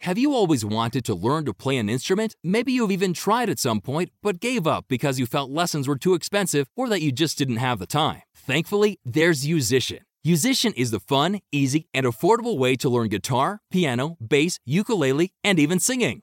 G: Have you always wanted to learn to play an instrument? Maybe you've even tried at some point, but gave up because you felt lessons were too expensive or that you just didn't have the time. Thankfully, there's Musician. Musician is the fun, easy, and affordable way to learn guitar, piano, bass, ukulele, and even singing.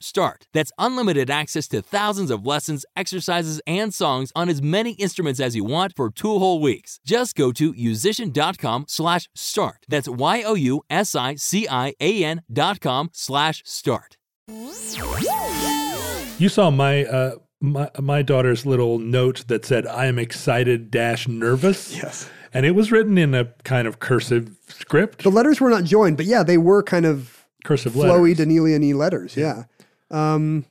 G: start. That's unlimited access to thousands of lessons, exercises, and songs on as many instruments as you want for two whole weeks. Just go to musician.com slash start. That's Y-O-U-S-I-C-I-A-N dot com slash start.
A: You saw my uh my, my daughter's little note that said I am excited dash nervous.
E: Yes.
A: And it was written in a kind of cursive script.
E: The letters were not joined, but yeah, they were kind of
A: cursive letters.
E: flowy Danelian letters. Yeah. Um,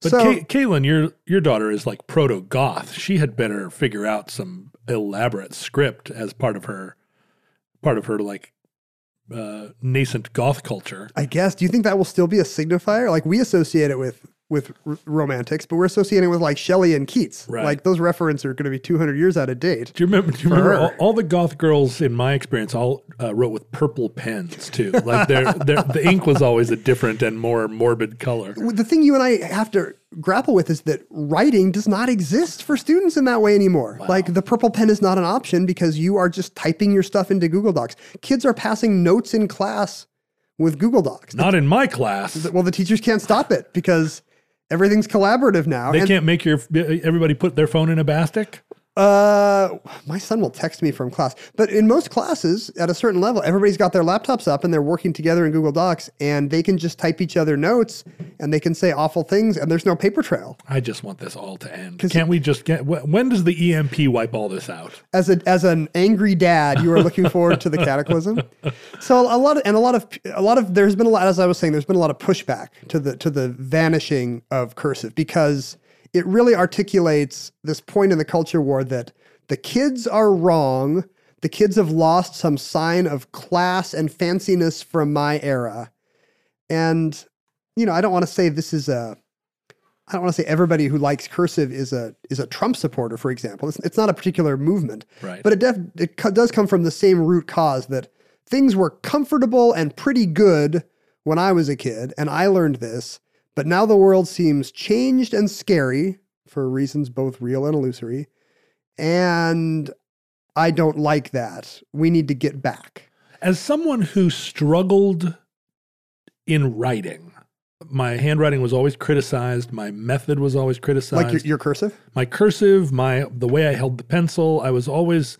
A: But
E: So-
A: Kay- Kaylin, your your daughter is like proto goth. She had better figure out some elaborate script as part of her part of her like uh, nascent goth culture.
E: I guess. Do you think that will still be a signifier? Like we associate it with with r- romantics, but we're associating it with like Shelley and Keats.
A: Right.
E: Like those references are going to be 200 years out of date.
A: Do you remember? Do you remember
E: her.
A: all, all the goth girls in my experience all uh, wrote with purple pens too? Like their, their the ink was always a different and more morbid color.
E: Well, The thing you and I have to grapple with is that writing does not exist for students in that way anymore. Like the purple pen is not an option because you are just typing your stuff into Google Docs. Kids are passing notes in class with Google Docs.
A: Not in my class.
E: Well, the teachers can't stop it because everything's collaborative now.
A: They
E: And-
A: can't make your everybody put their phone in a bastic.
E: Uh, my son will text me from class, but in most classes, at a certain level, everybody's got their laptops up and they're working together in Google Docs, and they can just type each other notes, and they can say awful things, and there's no paper trail.
A: I just want this all to end. Can't we just get? wh- When does the EMP wipe all this out?
E: As a as an angry dad, you are looking forward to the cataclysm. So a lot of, and a lot of a lot of there's been a lot as I was saying, there's been a lot of pushback to the to the vanishing of cursive because it really articulates this point in the culture war that the kids are wrong. The kids have lost some sign of class and fanciness from my era. And, you know, I don't want to say this is a I don't want to say everybody who likes cursive is a is a Trump supporter, for example. It's, it's not a particular movement,
A: Right.
E: but it def, it co- does come from the same root cause that things were comfortable and pretty good when I was a kid, and I learned this. But now the world seems changed and scary for reasons both real and illusory, and I don't like that. We need to get back.
A: As someone who struggled in writing, my handwriting was always criticized. My method was always criticized.
E: Like your, your cursive?
A: my cursive, my the way I held the pencil, I was always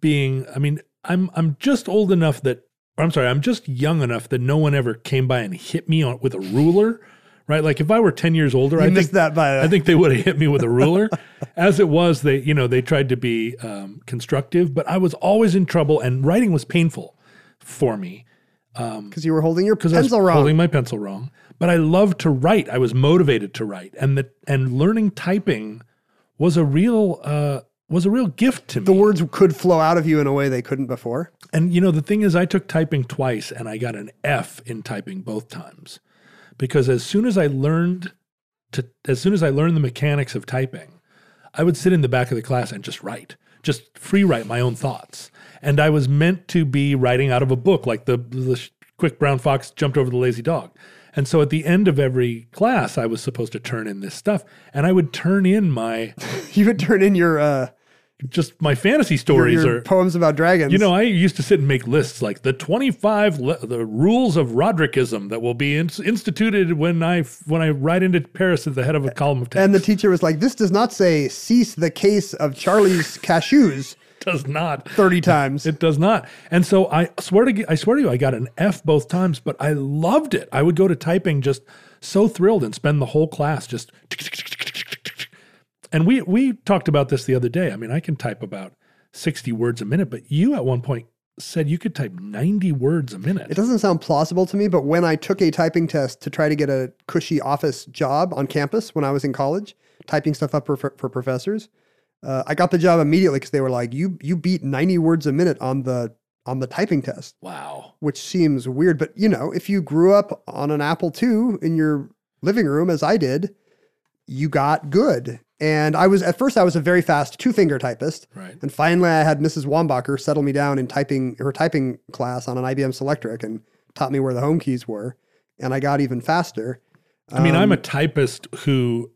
A: being I mean, I'm I'm just old enough that or I'm sorry, I'm just young enough that no one ever came by and hit me on, with a ruler, right? Like if I were 10 years older,
E: You
A: I think
E: missed that by a-
A: I think they would have hit me with a ruler. *laughs* As it was, they you know, they tried to be um, constructive, but I was always in trouble and writing was painful for me
E: Because you were holding your
A: Mm. because I was
E: pencil wrong.
A: holding my pencil wrong. But I loved to write. I was motivated to write, and the and learning typing was a real uh, was a real gift to me.
E: the words could flow out of you in a way they couldn't before. *laughs*
A: and you know the thing is, I took typing twice, and I got an F in typing both times, because as soon as I learned to as soon as I learned the mechanics of typing, I would sit in the back of the class and just write, just free write my own thoughts. And I was meant to be writing out of a book, like the, the sh- quick brown fox jumped over the lazy dog. And so at the end of every class, I was supposed to turn in this stuff, and I would turn in my
E: you would turn in your uh
A: just my fantasy
E: your,
A: stories
E: your
A: or
E: poems about dragons.
A: you know, I used to sit and make lists like the 25 le- the rules of Roderickism that will be ins instituted when I f- when I ride into Paris at the head of a column of text.
E: and the
A: *laughs*
E: teacher was like, "This does not say cease the case of Charlie's cashews
A: does not
E: thirty times."
A: *laughs* It does not. And so I swear to g- I swear to you, I got an F both times, but I loved it. I would go to typing just so thrilled and spend the whole class just. And we we talked about this the other day. I mean, I can type about sixty words a minute, but you at one point said you could type ninety words a minute.
E: It doesn't sound plausible to me, but when I took a typing test to try to get a cushy office job on campus when I was in college, typing stuff up for, for, for professors, uh, I got the job immediately because they were like, "You you beat ninety words a minute on the on the typing test."
A: wow.
E: which seems weird, but you know, if you grew up on an Apple II in your living room as I did, you got good. And I was at first I was a very fast two finger typist,
A: Right.
E: and finally I had Mrs. Wambacher settle me down in typing her typing class on an IBM Selectric and taught me where the home keys were, and I got even faster.
A: I mean, I'm a typist who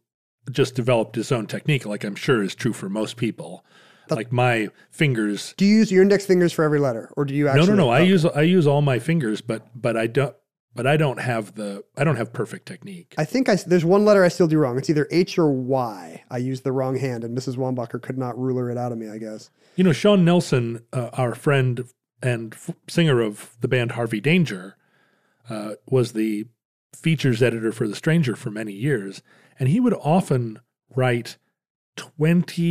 A: just developed his own technique, like I'm sure is true for most people. Like my fingers
E: Do you use your index fingers for every letter, or do you actually?
A: no, no, no. I
E: oh,
A: use I use all my fingers, but but I don't but I don't have the I don't have perfect technique.
E: I think I s- there's one letter I still do wrong. It's either H or Y. I used the wrong hand, and Mrs. Wambacher could not ruler it out of me. I guess.
A: you know, Sean Nelson, uh, our friend and f- singer of the band Harvey Danger, uh, was the features editor for The Stranger for many years, and he would often write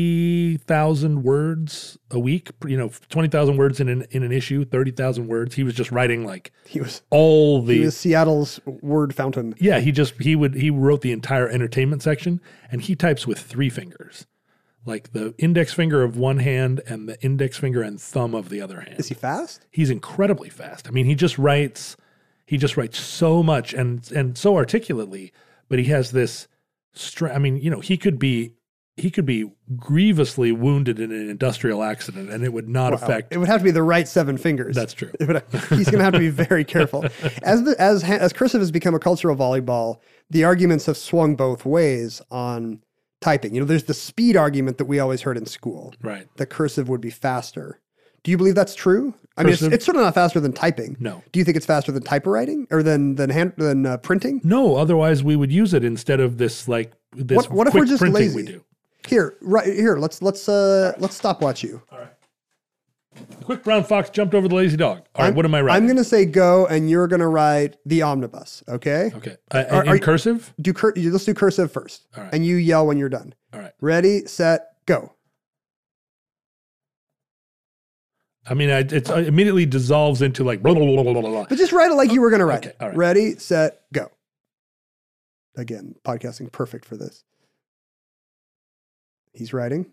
A: 20,000 words a week, you know, 20,000 words in an, in an issue, 30,000 words. He was just writing like
E: He was
A: all the
E: he was Seattle's word fountain.
A: Yeah, he just he would he wrote the entire entertainment section and he types with three fingers. Like the index finger of one hand and the index finger and thumb of the other hand.
E: Is he fast?
A: He's incredibly fast. I mean, he just writes he just writes so much and and so articulately, but he has this str- I mean, you know, he could be he could be grievously wounded in an industrial accident and it would not
E: Wow.
A: affect
E: It would have to be the right seven fingers.
A: That's true.
E: It would- he's going to have to be very
A: *laughs*
E: careful. As the, as ha- as cursive has become a cultural volleyball, the arguments have swung both ways on typing. You know, there's the speed argument that we always heard in school.
A: Right.
E: The cursive would be faster. Do you believe that's true? I mean, it's,
A: Cursive?
E: it's certainly not faster than typing.
A: No.
E: Do you think it's faster than typewriting or than than hand than uh, printing?
A: No, otherwise we would use it instead of this like this
E: What- what if
A: quick
E: we're just
A: printing we
E: lazy?
A: do.
E: Here, right here. Let's let's uh let's stopwatch you.
A: Quick brown fox jumped over the lazy dog. All right,
E: I'm-
A: what am I writing?
E: I'm going to say go, and you're going to write the omnibus. Okay.
A: okay. Uh, in-
E: Are-
A: in
E: are you-
A: cursive?
E: Do cur- you, let's do cursive first,
A: All right.
E: and you yell when you're done.
A: All right.
E: Ready, set, go.
A: I mean, I, it's, it immediately dissolves into like blah, blah, blah, blah, blah, blah.
E: But just write it like you were going to write
A: Okay,
E: it.
A: all right.
E: Ready, set, go. Again, podcasting perfect for this. He's writing.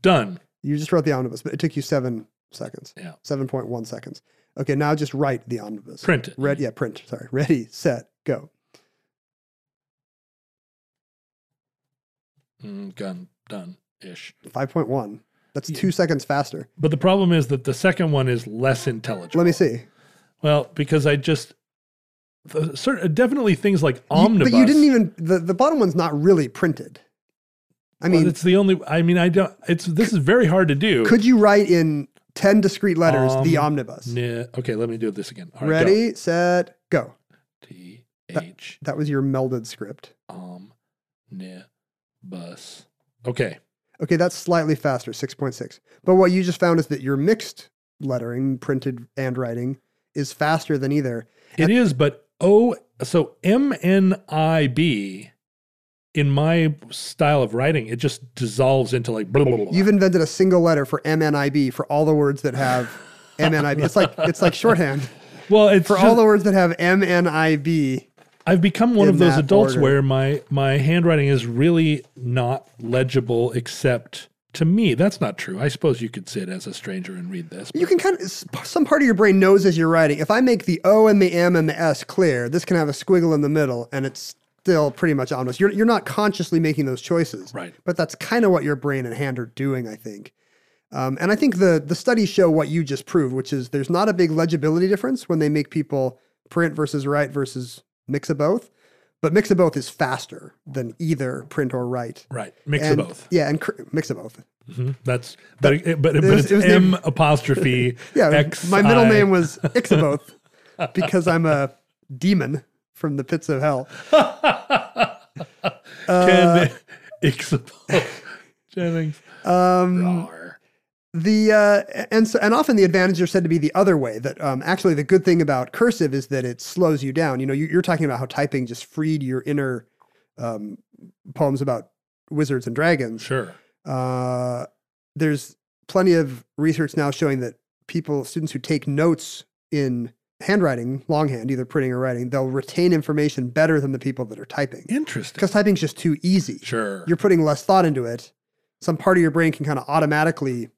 A: done.
E: You just wrote the omnibus, but it took you seven seconds.
A: Yeah.
E: Seven point one seconds. Okay, now just write the omnibus.
A: Print it.
E: Red, yeah, print. Sorry. Ready, set, go.
A: Mm, gun done ish.
E: Five point one. That's
A: Yeah.
E: two seconds faster.
A: But the problem is that the second one is less intelligent.
E: Let me see.
A: Well, because I just the, certain, definitely things like omnibus.
E: But you didn't even the, the bottom one's not really printed. I
A: Well,
E: mean,
A: it's the only. I mean, I don't. It's this is very hard to do.
E: could you write in 10 discrete letters the
A: Um,
E: omnibus?
A: Nah, okay, let me do this again. All right, go.
E: Ready, set, go.
A: T H
E: That was your melded script.
A: um ne bus. Okay.
E: Okay, that's slightly faster, 6.6. But what you just found is that your mixed lettering, printed and writing, is faster than either.
A: It is, but O so M N I B in my style of writing, it just dissolves into like blah, blah, blah, blah.
E: You've invented a single letter for MNIB for all the words that have MNIB. It's like it's
A: *laughs*
E: like shorthand.
A: well, it's
E: For
A: just,
E: all the words that have MNIB,
A: I've become one
E: in
A: of those
E: that
A: adults
E: order.
A: where my my handwriting is really not legible except to me. That's not true. I suppose you could sit as a stranger and read this.
E: you can kind of s- some part of your brain knows as you're writing. If I make the O and the M and the S clear, this can have a squiggle in the middle, and it's still pretty much ominous. You're you're not consciously making those choices,
A: Right.
E: But that's kind of what your brain and hand are doing, I think. Um, and I think the the studies show what you just proved, which is there's not a big legibility difference when they make people print versus write versus mix of both, but mix of both is faster than either print or write.
A: Right. Mix
E: and,
A: of both.
E: Yeah, and cr- mix of both.
A: Mhm. That's but it, but, it,
E: it
A: but
E: was-
A: it's
E: it was the-
A: M apostrophe
E: *laughs* Yeah,
A: X.
E: my middle
A: I-
E: name was Ixaboth because I'm a demon from the pits of hell. Uh,
A: Ken *laughs* Ixabel Jennings.
E: Um,
A: Rawr.
E: the uh, and so and often the advantages are said to be the other way. That um, actually the good thing about cursive is that it slows you down. You know, you, you're talking about how typing just freed your inner um, poems about wizards and dragons.
A: Sure.
E: Uh, there's plenty of research now showing that people, students who take notes in handwriting, longhand, either printing or writing, they'll retain information better than the people that are typing.
A: Interesting.
E: Because typing's just too easy.
A: Sure.
E: You're putting less thought into it. Some part of your brain can kind of automatically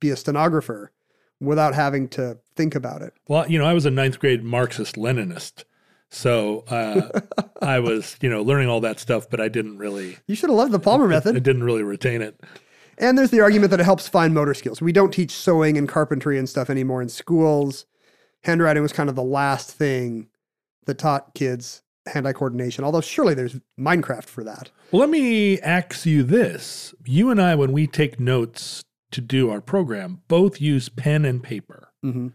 E: be a stenographer without having to think about it.
A: well, you know, I was a ninth grade Marxist Leninist. So
E: *laughs*
A: uh, I was, you know, learning all that stuff, but I didn't really,
E: You should have loved the
A: *laughs*
E: Palmer
A: I
E: method.
A: didn't really retain it.
E: And there's the argument that it helps fine motor skills. We don't teach sewing and carpentry and stuff anymore in schools. Handwriting was kind of the last thing that taught kids hand-eye coordination. Although surely there's Minecraft for that.
A: Well, let me ask you this: You and I, when we take notes to do our program, both use pen and paper.
E: Mm-hmm.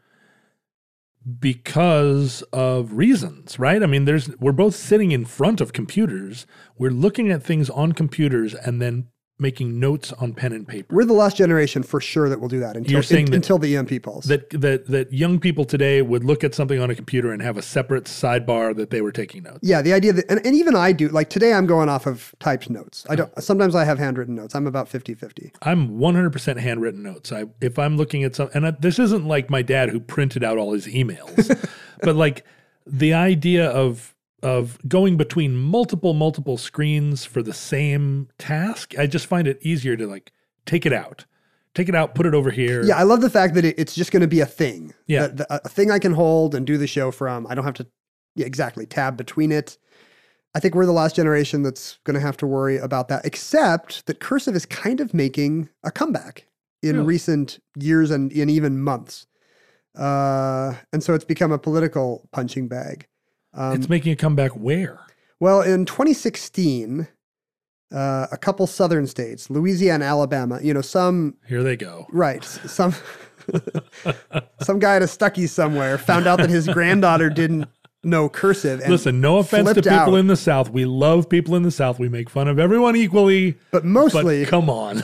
A: because of reasons, right? I mean, there's we're both sitting in front of computers, we're looking at things on computers and then making notes on pen and paper.
E: We're the last generation for sure that will do that until,
A: You're saying
E: un-
A: that-
E: until the E EMP pulse.
A: That that that young people today would look at something on a computer and have a separate sidebar that they were taking notes.
E: yeah, the idea that, and, and even I do, like today I'm going off of typed notes. I don't, sometimes I have handwritten notes. I'm about 50 50.
A: I'm 100% handwritten notes. I if I'm looking at some and I, this isn't like my dad who printed out all
E: *laughs*
A: his emails. but like the idea of of going between multiple multiple screens for the same task, I just find it easier to like take it out. Take it out, put it over here.
E: Yeah, I love the fact that it, it's just going to be a thing.
A: Yeah.
E: That- that- a thing I can hold and do the show from. I don't have to yeah, exactly tab between it. I think we're the last generation that's going to have to worry about that, except that Cursive is kind of making a comeback in
A: Really?
E: recent years and in even months. Uh, and so it's become a political punching bag. Um,
A: it's making a comeback where?
E: well, in 2016, uh, a couple southern states, Louisiana, Alabama, you know, some
A: Here they go.
E: Right. S- Some *laughs* some guy at a Stuckey somewhere found out that his granddaughter didn't know cursive. And
A: Listen, no offense to
E: flipped
A: people
E: out.
A: in the South. We love people in the South. We make fun of everyone equally.
E: but
A: But
E: mostly
A: come on.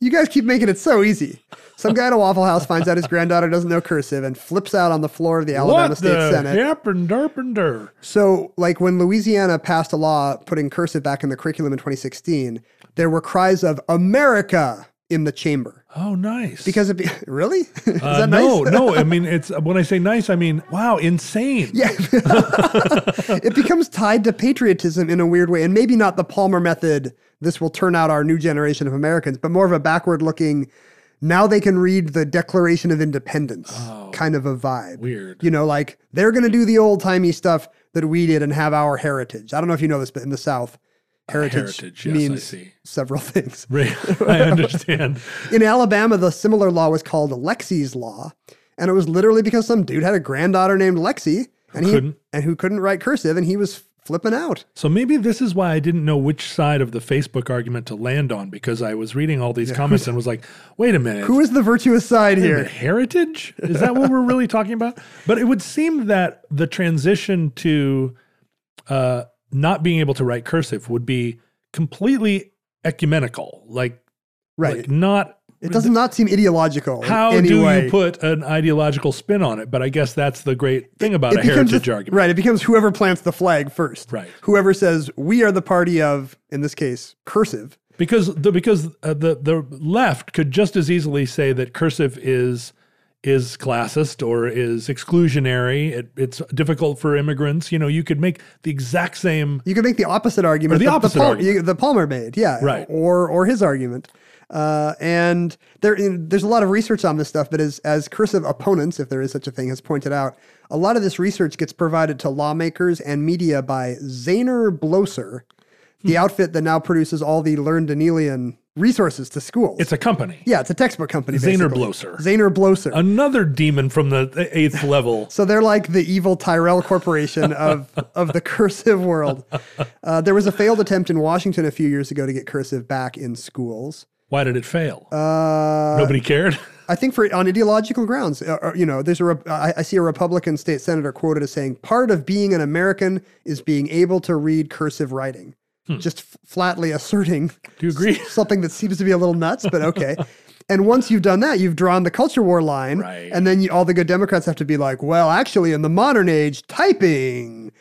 E: you guys keep making it so easy. Some guy at a Waffle House finds out his granddaughter doesn't know cursive and flips out on the floor of the Alabama
A: what
E: State
A: the
E: Senate.
A: yep and derp and derp.
E: So, like when Louisiana passed a law putting cursive back in the curriculum in 2016, there were cries of "America" in the chamber
A: Oh, nice.
E: because it be, *laughs* really is
A: Uh,
E: that nice?
A: no,
E: *laughs*
A: no. I mean, it's uh, when I say nice, I mean wow, insane. *laughs*
E: Yeah. it becomes tied to patriotism in a weird way, and maybe not the Palmer method. This will turn out our new generation of Americans, but more of a backward looking. Now they can read the Declaration of Independence kind of a vibe.
A: Oh, Weird.
E: You know, like they're going to do the old timey stuff that we did and have our heritage. I don't know if you know this, but in the South, heritage,
A: Uh, heritage, yes, I
E: means
A: see.
E: several *laughs* things.
A: Right. I understand.
E: In Alabama, the similar law was called Lexi's Law, and it was literally because some dude had a granddaughter named Lexi, and he
A: couldn't.
E: and who couldn't write cursive, and he was flipping out.
A: So maybe this is why I didn't know which side of the Facebook argument to land on because I was reading all these comments and was like, wait a minute.
E: Who is the virtuous side
A: Wait a minute,
E: here?
A: Heritage? Is that what we're really talking about? But it would seem that the transition to uh, not being able to write cursive would be completely ecumenical. Like,
E: Right.
A: like not.
E: it does not seem ideological. in
A: How
E: any
A: do
E: way.
A: you put an ideological spin on it? But I guess that's the great thing about a
E: becomes
A: heritage
E: a-
A: argument.
E: Right. It becomes whoever plants the flag first.
A: Right.
E: Whoever says we are the party of, in this case, cursive.
A: because the because uh, the the left could just as easily say that cursive is is classist or is exclusionary. It, it's difficult for immigrants. You know, you could make the exact same
E: You could make the opposite argument.
A: the
E: that
A: opposite
E: Pal-
A: argument.
E: you- the Palmer made, yeah,
A: Right.
E: Or or his argument. Uh, and there, in, there's a lot of research on this stuff, but as as cursive opponents, if there is such a thing, has pointed out, a lot of this research gets provided to lawmakers and media by Zaner Bloser,
A: Hmm.
E: the outfit that now produces all the Learn Danelian resources to schools.
A: It's a company.
E: yeah, it's a textbook company.
A: Zaner
E: basically.
A: Bloser.
E: Zaner Bloser.
A: Another demon from the e, eighth level.
E: So they're like the evil Tyrell Corporation of of the cursive world. Uh, there was a failed attempt in Washington a few years ago to get cursive back in schools.
A: Why did it fail?
E: Uh,
A: Nobody cared. *laughs*
E: I think for on ideological grounds, uh, uh, you know, there's a rep- I, I see a Republican state senator quoted as saying, "Part of being an American is being able to read cursive writing." Just f- flatly asserting
A: Do you agree?
E: *laughs* something that seems to be a little nuts, but okay. and once you've done that, you've drawn the culture war line,
A: Right.
E: and then you, all the good Democrats have to be like, well, actually, in the modern age, typing,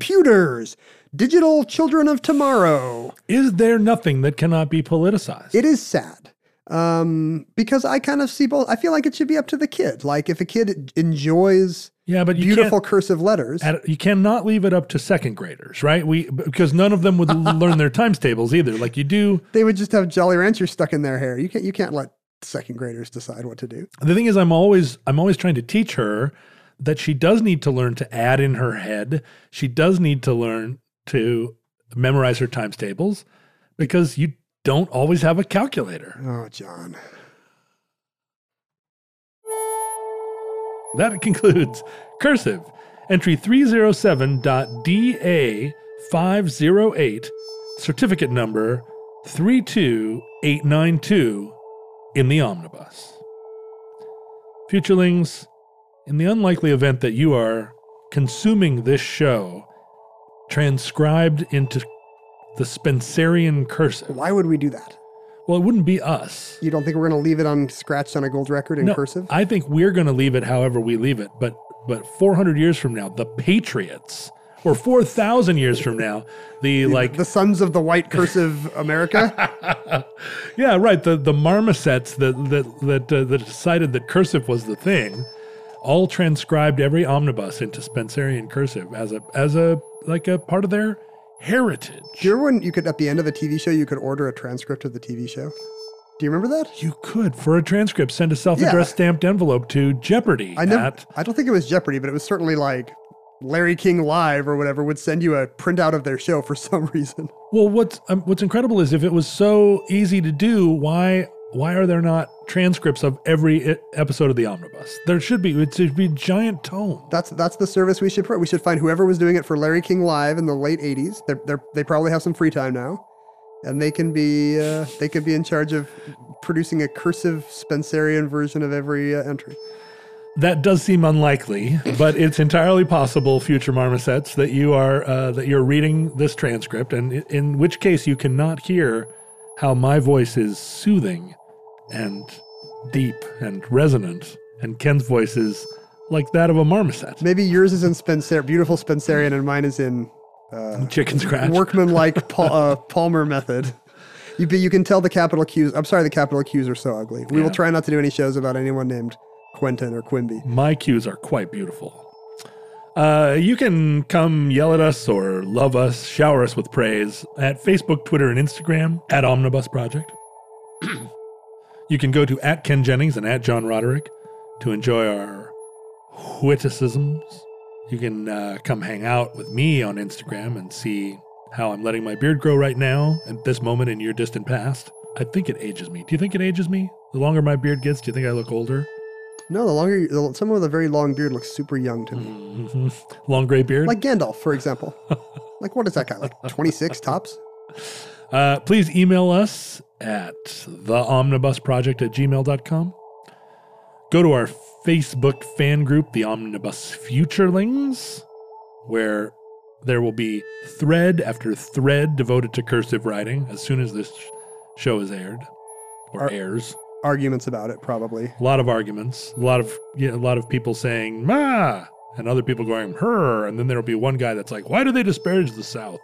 E: computers, digital children of tomorrow.
A: Is there nothing that cannot be politicized?
E: It is sad. Um, because I kind of see both. I feel like it should be up to the kid. Like if a kid enjoys
A: yeah, but you
E: beautiful
A: beautiful.
E: cursive letters,
A: At, you cannot leave it up to second graders, right? We because none of them would learn their times tables either. Like you do
E: they would just have Jolly Ranchers stuck in their hair. You can't. You can't let second graders decide what to do.
A: the thing is i'm always i'm always trying to teach her that she does need to learn to add in her head she does need to learn to memorize her times tables because you don't always have a calculator
E: Oh, John.
A: that concludes cursive entry 307.da508 certificate number 32892 in the omnibus Futurelings, in the unlikely event that you are consuming this show transcribed into the Spencerian cursive.
E: Why would we do that?
A: Well, it wouldn't be us.
E: You don't think we're going to leave it on scratched on a gold record in
A: No,
E: cursive?
A: I think we're going to leave it however we leave it. But but 400 years from now, the Patriots, or 4,000 years from now,
E: *laughs*
A: the like
E: the sons of the white cursive *laughs* America.
A: *laughs* Yeah, right. The the marmosets that that that, uh, that decided that cursive was the thing, all transcribed every omnibus into Spencerian cursive as a as a like a part of their heritage.
E: Do you remember when you could at the end of a TV show you could order a transcript of the TV show? Do you remember that?
A: You could, for a transcript, send a self-addressed
E: Yeah.
A: stamped envelope to Jeopardy.
E: I never.
A: at-
E: I don't think it was Jeopardy, but it was certainly like Larry King Live or whatever would send you a printout of their show for *laughs* some reason.
A: well, what's um, what's incredible is if it was so easy to do, why why are there not transcripts of every e- episode of the omnibus? There should be. It should be giant tome.
E: That's that's the service we should pro- we should find whoever was doing it for Larry King Live in the late '80s. They're, they're, they probably have some free time now, and they can be uh, they could be in charge of producing a cursive Spencerian version of every uh, entry.
A: That does seem unlikely, but it's entirely possible, future marmosets, that you are uh, that you're reading this transcript, and i- in which case you cannot hear how my voice is soothing and deep and resonant, and Ken's voice is like that of a marmoset.
E: Maybe yours is in Spencer, beautiful Spencerian, and mine is in
A: Chicken scratch.
E: workman like Pal- uh, Palmer method. You be, you can tell the capital Q's. I'm sorry, the capital Q's are so ugly. We will try not to do any shows about anyone named Quentin or Quimby.
A: My cues are quite beautiful. Uh, you can come yell at us or love us, shower us with praise at Facebook, Twitter, and Instagram at Omnibus Project. *clears throat* you can go to at Ken Jennings and at John Roderick to enjoy our witticisms. You can uh, come hang out with me on Instagram and see how I'm letting my beard grow right now at this moment in your distant past. I think it ages me. Do you think it ages me? The longer my beard gets, do you think I look older?
E: No, the longer you, the, someone with a very long beard looks super young to me,
A: Mm-hmm. Long gray beard?
E: like Gandalf, for example. like what is that guy? Like 26 tops.
A: Uh, please email us at theomnibusproject at gmail.com. Go to our Facebook fan group, The Omnibus Futurelings, where there will be thread after thread devoted to cursive writing as soon as this sh- show is aired or
E: Are-
A: airs.
E: Arguments about it, probably.
A: A lot of arguments, a lot of yeah, a lot of people saying ma, and other people going her, and then there'll be one guy that's like, why do they disparage
E: *laughs*
A: the South?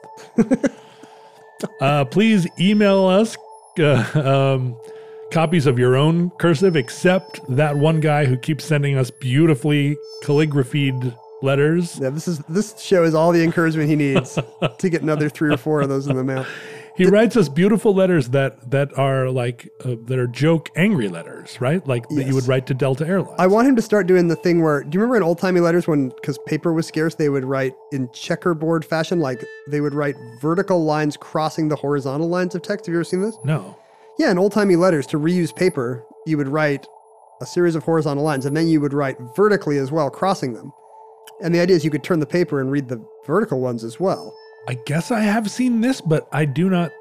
A: uh, please email us uh, um, copies of your own cursive, except that one guy who keeps sending us beautifully calligraphied letters.
E: Yeah, this is this show is all the encouragement he needs to get another three or four of those in the mail.
A: He writes us beautiful letters that that are like uh, that are joke angry letters, right? Like that you
E: Yes.
A: would write to Delta Airlines.
E: I want him to start doing the thing where, do you remember in old timey letters when, because paper was scarce, they would write in checkerboard fashion, like they would write vertical lines crossing the horizontal lines of text. Have you ever seen this?
A: no.
E: Yeah, in old timey letters, to reuse paper, you would write a series of horizontal lines and then you would write vertically as well, crossing them. And the idea is you could turn the paper and read the vertical ones as well.
A: I guess I have seen this, but I do not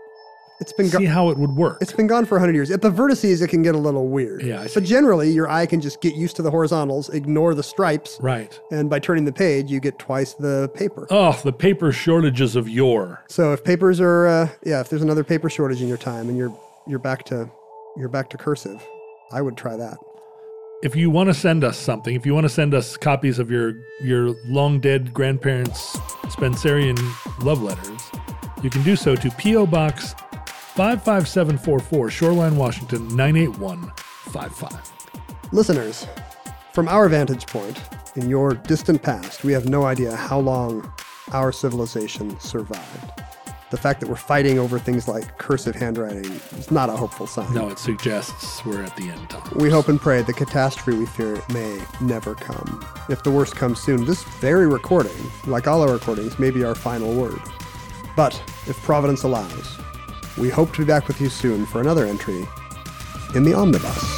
E: It's been
A: see
E: gone.
A: how it would work.
E: It's been gone for 100 years. At the vertices, it can get a little weird.
A: Yeah, I see.
E: But generally, your eye can just get used to the horizontals, ignore the stripes,
A: right.
E: and by turning the page, you get twice the paper.
A: Oh, the paper shortages of yore.
E: So if papers are, uh, yeah, if there's another paper shortage in your time and you're you're back to you're back to cursive, I would try that.
A: If you want to send us something, if you want to send us copies of your your long dead grandparents' Spencerian love letters, you can do so to PO Box 55744 Shoreline, Washington 98155.
E: Listeners, from our vantage point in your distant past, we have no idea how long our civilization survived. The fact that we're fighting over things like cursive handwriting is not a hopeful sign.
A: No, it suggests we're at the end time.
E: We hope and pray the catastrophe we fear may never come. If the worst comes soon, this very recording, like all our recordings, may be our final word. But if Providence allows, we hope to be back with you soon for another entry in the Omnibus.